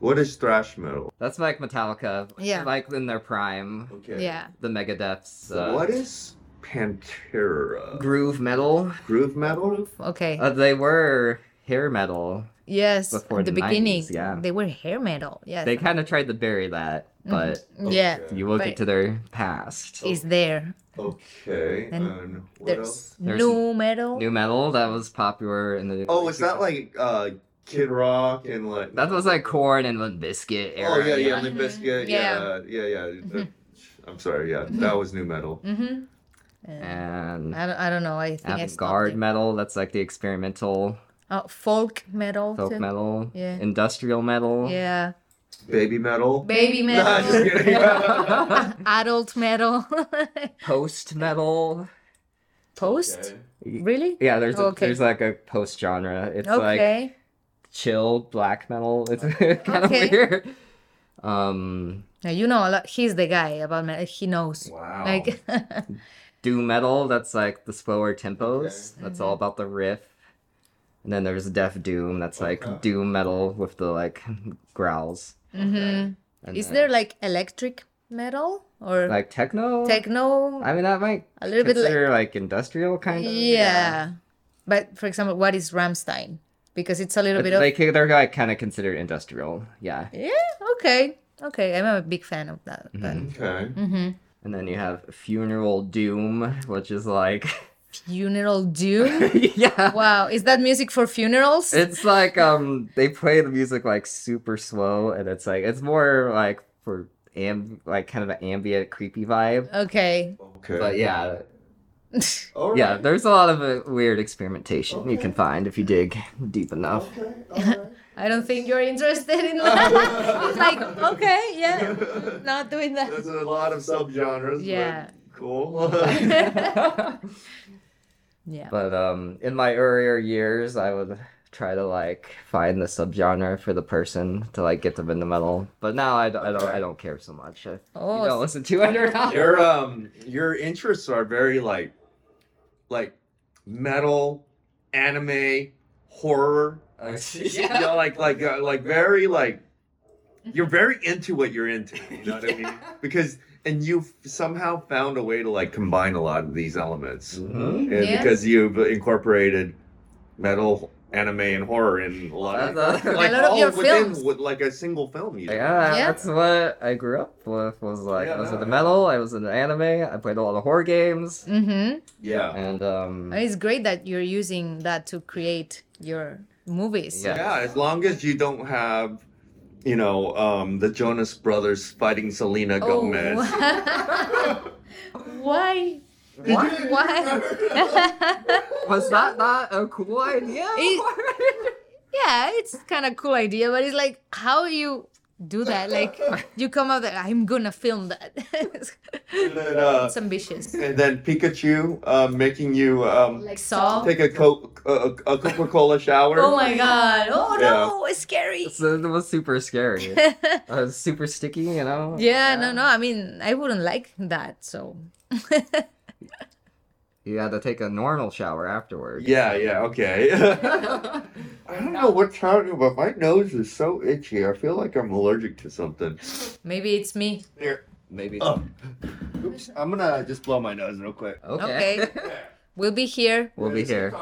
What is thrash metal? That's like Metallica. Yeah. Like in their prime, Okay. Yeah. the Megadeths. Uh, what is Pantera? groove metal? Groove metal? Okay. Uh, they were hair metal. yes. At before the, the beginning, 90s, yeah. they were hair metal. Yes. Mm-hmm. They kind of tried to bury that, but yeah. Okay. you look But- into their past. Is there? Okay. Then And what There's, else? There's new metal. New metal that was popular in the. Oh, is that like uh, Kid Rock and like? That was like corn and Limp Bizkit era. Oh yeah, yeah, yeah. Limp Bizkit. Mhm. Yeah, yeah, yeah. Uh, I'm sorry. Yeah, that was new metal. Mm-hmm. And I don't, I don't know. I think I stopped avant-garde it. metal. That's like the experimental Oh, folk metal. folk too. metal. Yeah. Industrial metal. Yeah. Baby metal. Baby Nah, just metal. kidding. <laughs> <laughs> Adult metal. Post metal. Post? Okay. Really? Yeah, there's a, Okay. there's like a post genre. It's like Okay. chill black metal. It's <laughs> kind of Okay. weird. Um, Now, you know a lot. He's the guy about metal. He knows. Wow. Like, <laughs> doom metal. That's like the slower tempos. Mm-hmm. That's all about the riff. And then there's death doom. That's like Okay. doom metal with the like growls. Mhm. And is then, there like electric metal or like techno? techno? I mean, that might A little bit like. consider like industrial kind of. Yeah. But for example, what is Ramstein? Because it's a little But bit of. like they're like kind of considered industrial, yeah. yeah. Okay. Okay. I'm a big fan of that. But. Mm-hmm. Okay. Mhm. And then you have funeral doom, which is like, <laughs> Funeral doom. yeah, <laughs> wow. Is that music for funerals? it's like um they play the music like super slow, and it's like it's more like for am like kind of an ambient creepy vibe. okay. <laughs> Okay. But yeah, All yeah, right. there's a lot of uh, weird experimentation you can find if you dig deep <laughs> enough. <laughs> Okay. all I don't think you're interested in that. it's like, okay, yeah, right. not doing There's a lot of subgenres. Yeah. Yeah. Cool. <laughs> that. yeah. But um, in my earlier years, I would try to like find the subgenre for the person to like get them into metal. But now I, d- I don't I don't care so much. If Oh, you don't listen to it or <laughs> not. your um your interests are very like like metal, anime, horror. Oh, <laughs> You know, like like uh, like very like you're very into what you're into. You know <laughs> what I mean? Because and you've somehow found a way to like combine a lot of these elements. Mhm. And Yeah. because you've incorporated metal, anime, and horror in a lot of That's <laughs> a- <laughs> like A lot of all your within films. with like a single film. You know? Yeah, Yeah. that's what I grew up with. Was like Yeah, I was no, into yeah. metal. I was into anime. I played a lot of horror games. Mm-hmm. yeah. And um, It's great that you're using that to create your movies. Yeah. Yeah, as long as you don't have, you know, um, the Jonas Brothers fighting Selena Oh. Gomez. <laughs> Why? What? Why? was that not a cool idea? It- yeah, it's kind of cool idea, but it's like how you do that. Like you come out that I'm gonna film that. <laughs> <laughs> and, then, uh, it's ambitious. and then Pikachu uh, making you um, Like Saw. take a, co- a, a Coca Cola shower. Oh my god! Oh Yeah. no! It's scary. <laughs> so it was super scary. I was super sticky, you know. yeah, no, no. I mean, I wouldn't like that. So, <laughs> You had to take a normal shower afterwards. Yeah, yeah, okay. <laughs> <laughs> I don't know what's happening, but my nose is so itchy. I feel like I'm allergic to something. maybe it's me. Maybe. Oh. Oops, I'm gonna just blow my nose real quick. Okay. We'll be here. <laughs> <laughs> we'll be here.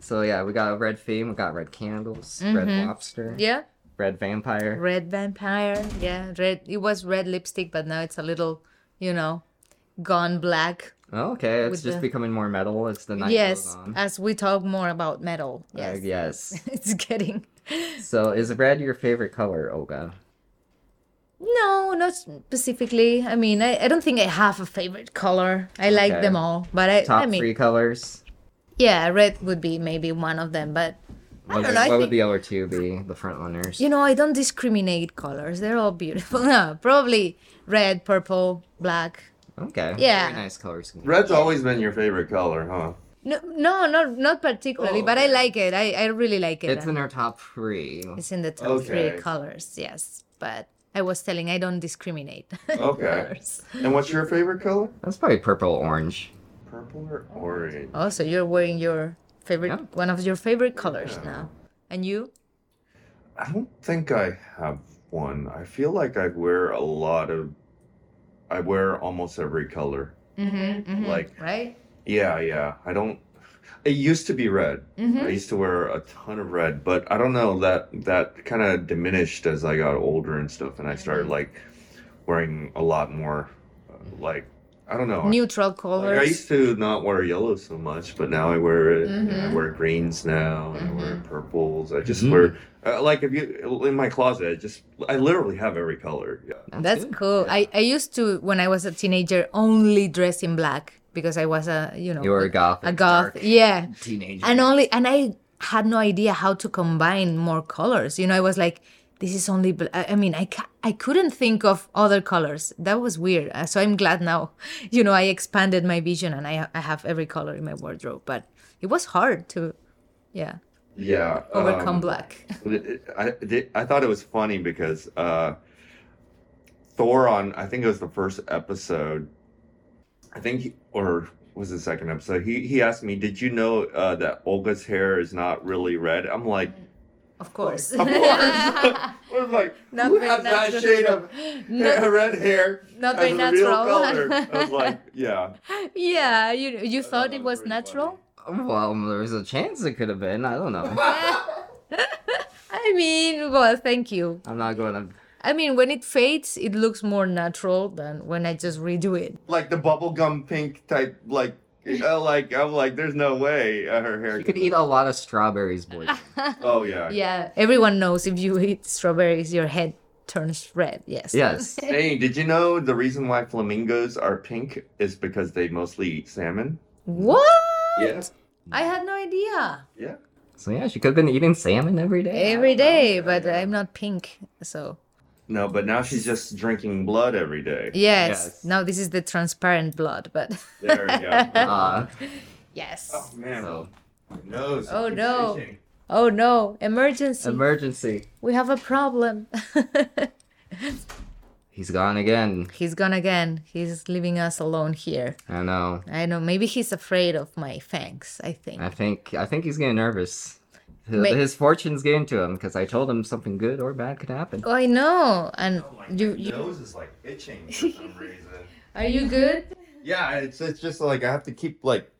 So yeah, we got a red theme. We got red candles, red Mhm. lobster, yeah, red vampire. red vampire. Yeah, red. It was red lipstick, but now it's a little, you know, gone black. Oh, Okay, it's With just the- becoming more metal as the night yes, goes on. as we talk more about metal. Uh, Yes, yes. <laughs> it's getting. So is red your favorite color, Olga? No, not specifically. I mean, I, I don't think I have a favorite color. I like Okay. them all, but I, Top I mean, three colors. yeah, red would be maybe one of them, but I What, don't know. I what would think- the other two be? The front runners. You know, I don't discriminate colors. They're all beautiful. <laughs> No, probably red, purple, black. Okay. Yeah. Very nice colors. Red's always been your favorite color, huh? No, no, not not particularly, Oh, but I okay. like it. I, I really like it. It's in our top three. It's in the top Okay. three colors, yes. But I was telling I don't discriminate. <laughs> Okay. colors. And what's your favorite color? That's probably purple orange. Purple or orange? Oh, so you're wearing your favorite Yeah. one of your favorite colors Yeah. now. And you? I don't think I have one. I feel like I wear a lot of. I wear almost every color. Mm-hmm. Like- right? Yeah, yeah. I don't. It used to be red. I Mm-hmm. used to wear a ton of red, but I don't know that that kind of diminished as I got older and stuff, and I started Mm-hmm. like wearing a lot more, uh, like I don't know. Neutral Like, I colors. used to not wear yellow so much, but now I wear it. and I Mhm. wear greens now, and I wear Mhm. purples. I just Mhm. wear uh, like if you in my closet, I just I literally have every color. Yeah. That's good. cool. I, I used to when I was a teenager only dress in black because I was a you know You were a goth. a dark goth. Yeah. Teenager. and only and i had no idea how to combine more colors you know i was like this is only bl- i I mean i ca- i couldn't think of other colors that was weird Uh, so i'm glad now <laughs> you know i expanded my vision and i i have every color in my wardrobe but it was hard to yeah Yeah. overcome um, black <laughs> I did, I thought it was funny because uh, Thor on I think it was the first episode. I think he, or was the second episode. He he asked me, "Did you know uh, that Olga's hair is not really red?" I'm like, <laughs> of course "Of course." <laughs> I was like, <laughs> Not "Who very has that natural. shade of <laughs> Not- red hair not as very a real natural. color?" I was <laughs> like, "Yeah." yeah you you thought thought that it was was pretty natural well, there was a chance it could have been. I don't <laughs> know. <laughs> i mean well thank you I'm not going to. I mean, when it fades, it looks more natural than when I just redo it. Like the bubblegum pink type, like. Uh, like I'm like, there's no way uh, her hair. You could eat a lot of strawberries, boy. Oh yeah. Yeah, everyone knows if you eat strawberries, your head turns red. Yes. yes. <laughs> Hey, did you know the reason why flamingos are pink is because they mostly eat salmon? <laughs> What? Yeah. I had no idea. Yeah. So yeah, she could have been eating salmon every day. Every day, but I'm not pink. So, No, but now she's just drinking blood every day. yes. Yes. Now this is the transparent blood, but. There <laughs> we go. Uh, yes. Oh man, so my nose. Oh, keeps no. itching. Oh no, emergency. emergency. we have a problem. <laughs> He's gone again. He's gone again. He's leaving us alone here. I know. I know. Maybe he's afraid of my fangs, I think. I think I think he's getting nervous. His, Ma- his fortune's getting to him because I told him something good or bad could happen. Oh, I know. And Oh, my you, you nose is like itching for <laughs> some reason. are you good? yeah, it's it's just like I have to keep like,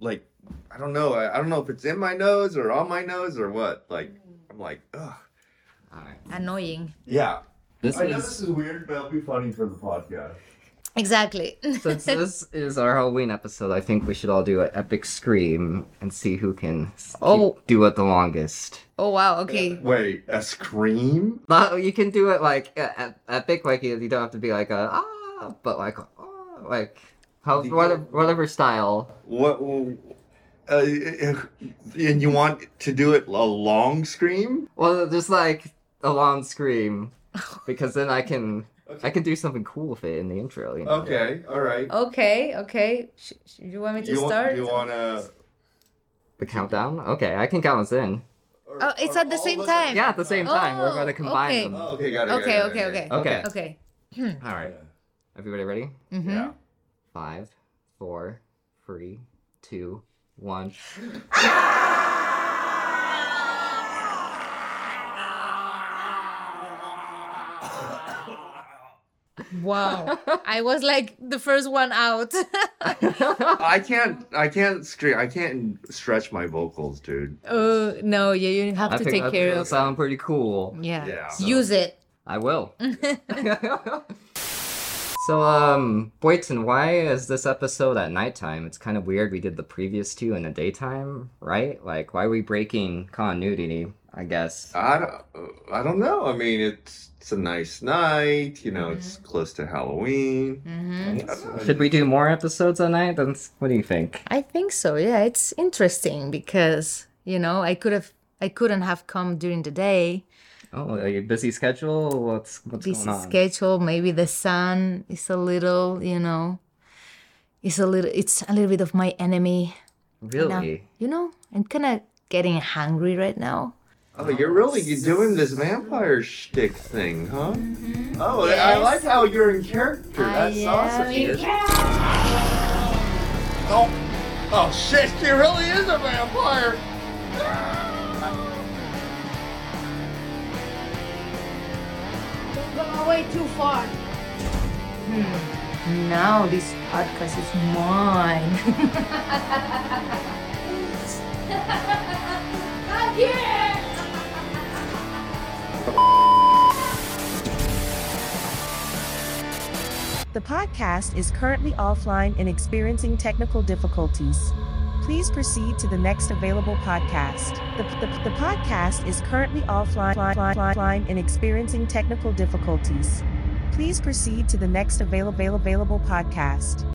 like I don't know. I, I don't know if it's in my nose or on my nose or what. Like I'm like, ugh. All right. Annoying. Yeah. This I know this is is weird, but it'll be funny for the podcast. Exactly. <laughs> <laughs> since this is our Halloween episode. I think we should all do an epic scream and see who can s- keep- Oh. do it the longest. oh wow. Okay. Wait, a scream? Not, you can do it like e- e- epic, like you, you don't have to be like a ah, but like a, ah, like how The- whatever, whatever style. What? Uh, and you want to do it a long scream? Well, just like a long scream, because then I can I can do something cool with it in the intro. You know? Okay, all right. Okay. Okay. Sh- sh- you Oh, want me to you want? start? You want to? The countdown. Okay, I can count us in. Oh, it's at the same time. Yeah, at the same time, we're Oh, gonna combine okay. them. okay, got it. got it, got okay. it, Okay. got it. Okay. Okay. Okay. All right, everybody ready? Mm-hmm. Yeah. Five, four, three, two, one. Wow. <laughs> I was like the first one out. <laughs> I can't. I can't scream. I can't stretch my vocals, dude. oh no. Yeah. You have I to think take that's care gonna of. Sound pretty cool. Yeah. Yeah. Use it. I <laughs> will. <laughs> so, um, Boyton, why is this episode at nighttime? It's kind of weird. We did the previous two in the daytime, right? Like, why are we breaking continuity? I guess. I don't. I don't know. I mean, it's it's a nice night. You know, it's close to Halloween. Mm-hmm. Should we do more episodes at night? Then s- what do you think? I think so. Yeah, it's interesting because you know I could have I couldn't have come during the day. Oh, are you busy schedule? What's what's busy going on? schedule. Maybe the sun is a little, you know, it's a little, it's a little bit of my enemy. Now, Really? you know, I'm kind of getting hungry right now. Oh, you're really you're doing this vampire shtick thing, huh? Oh, I I Mm-hmm. Yes. like how you're in character. I That's am awesome. in Oh, oh shit! She really is a vampire. Don't go away too far. Now this podcast is mine. <laughs> I'm here! The podcast is currently offline and experiencing technical difficulties. Please proceed to the next available podcast. The, the, the podcast is currently offline offline- offline and experiencing technical difficulties. Please proceed to the next available, available podcast.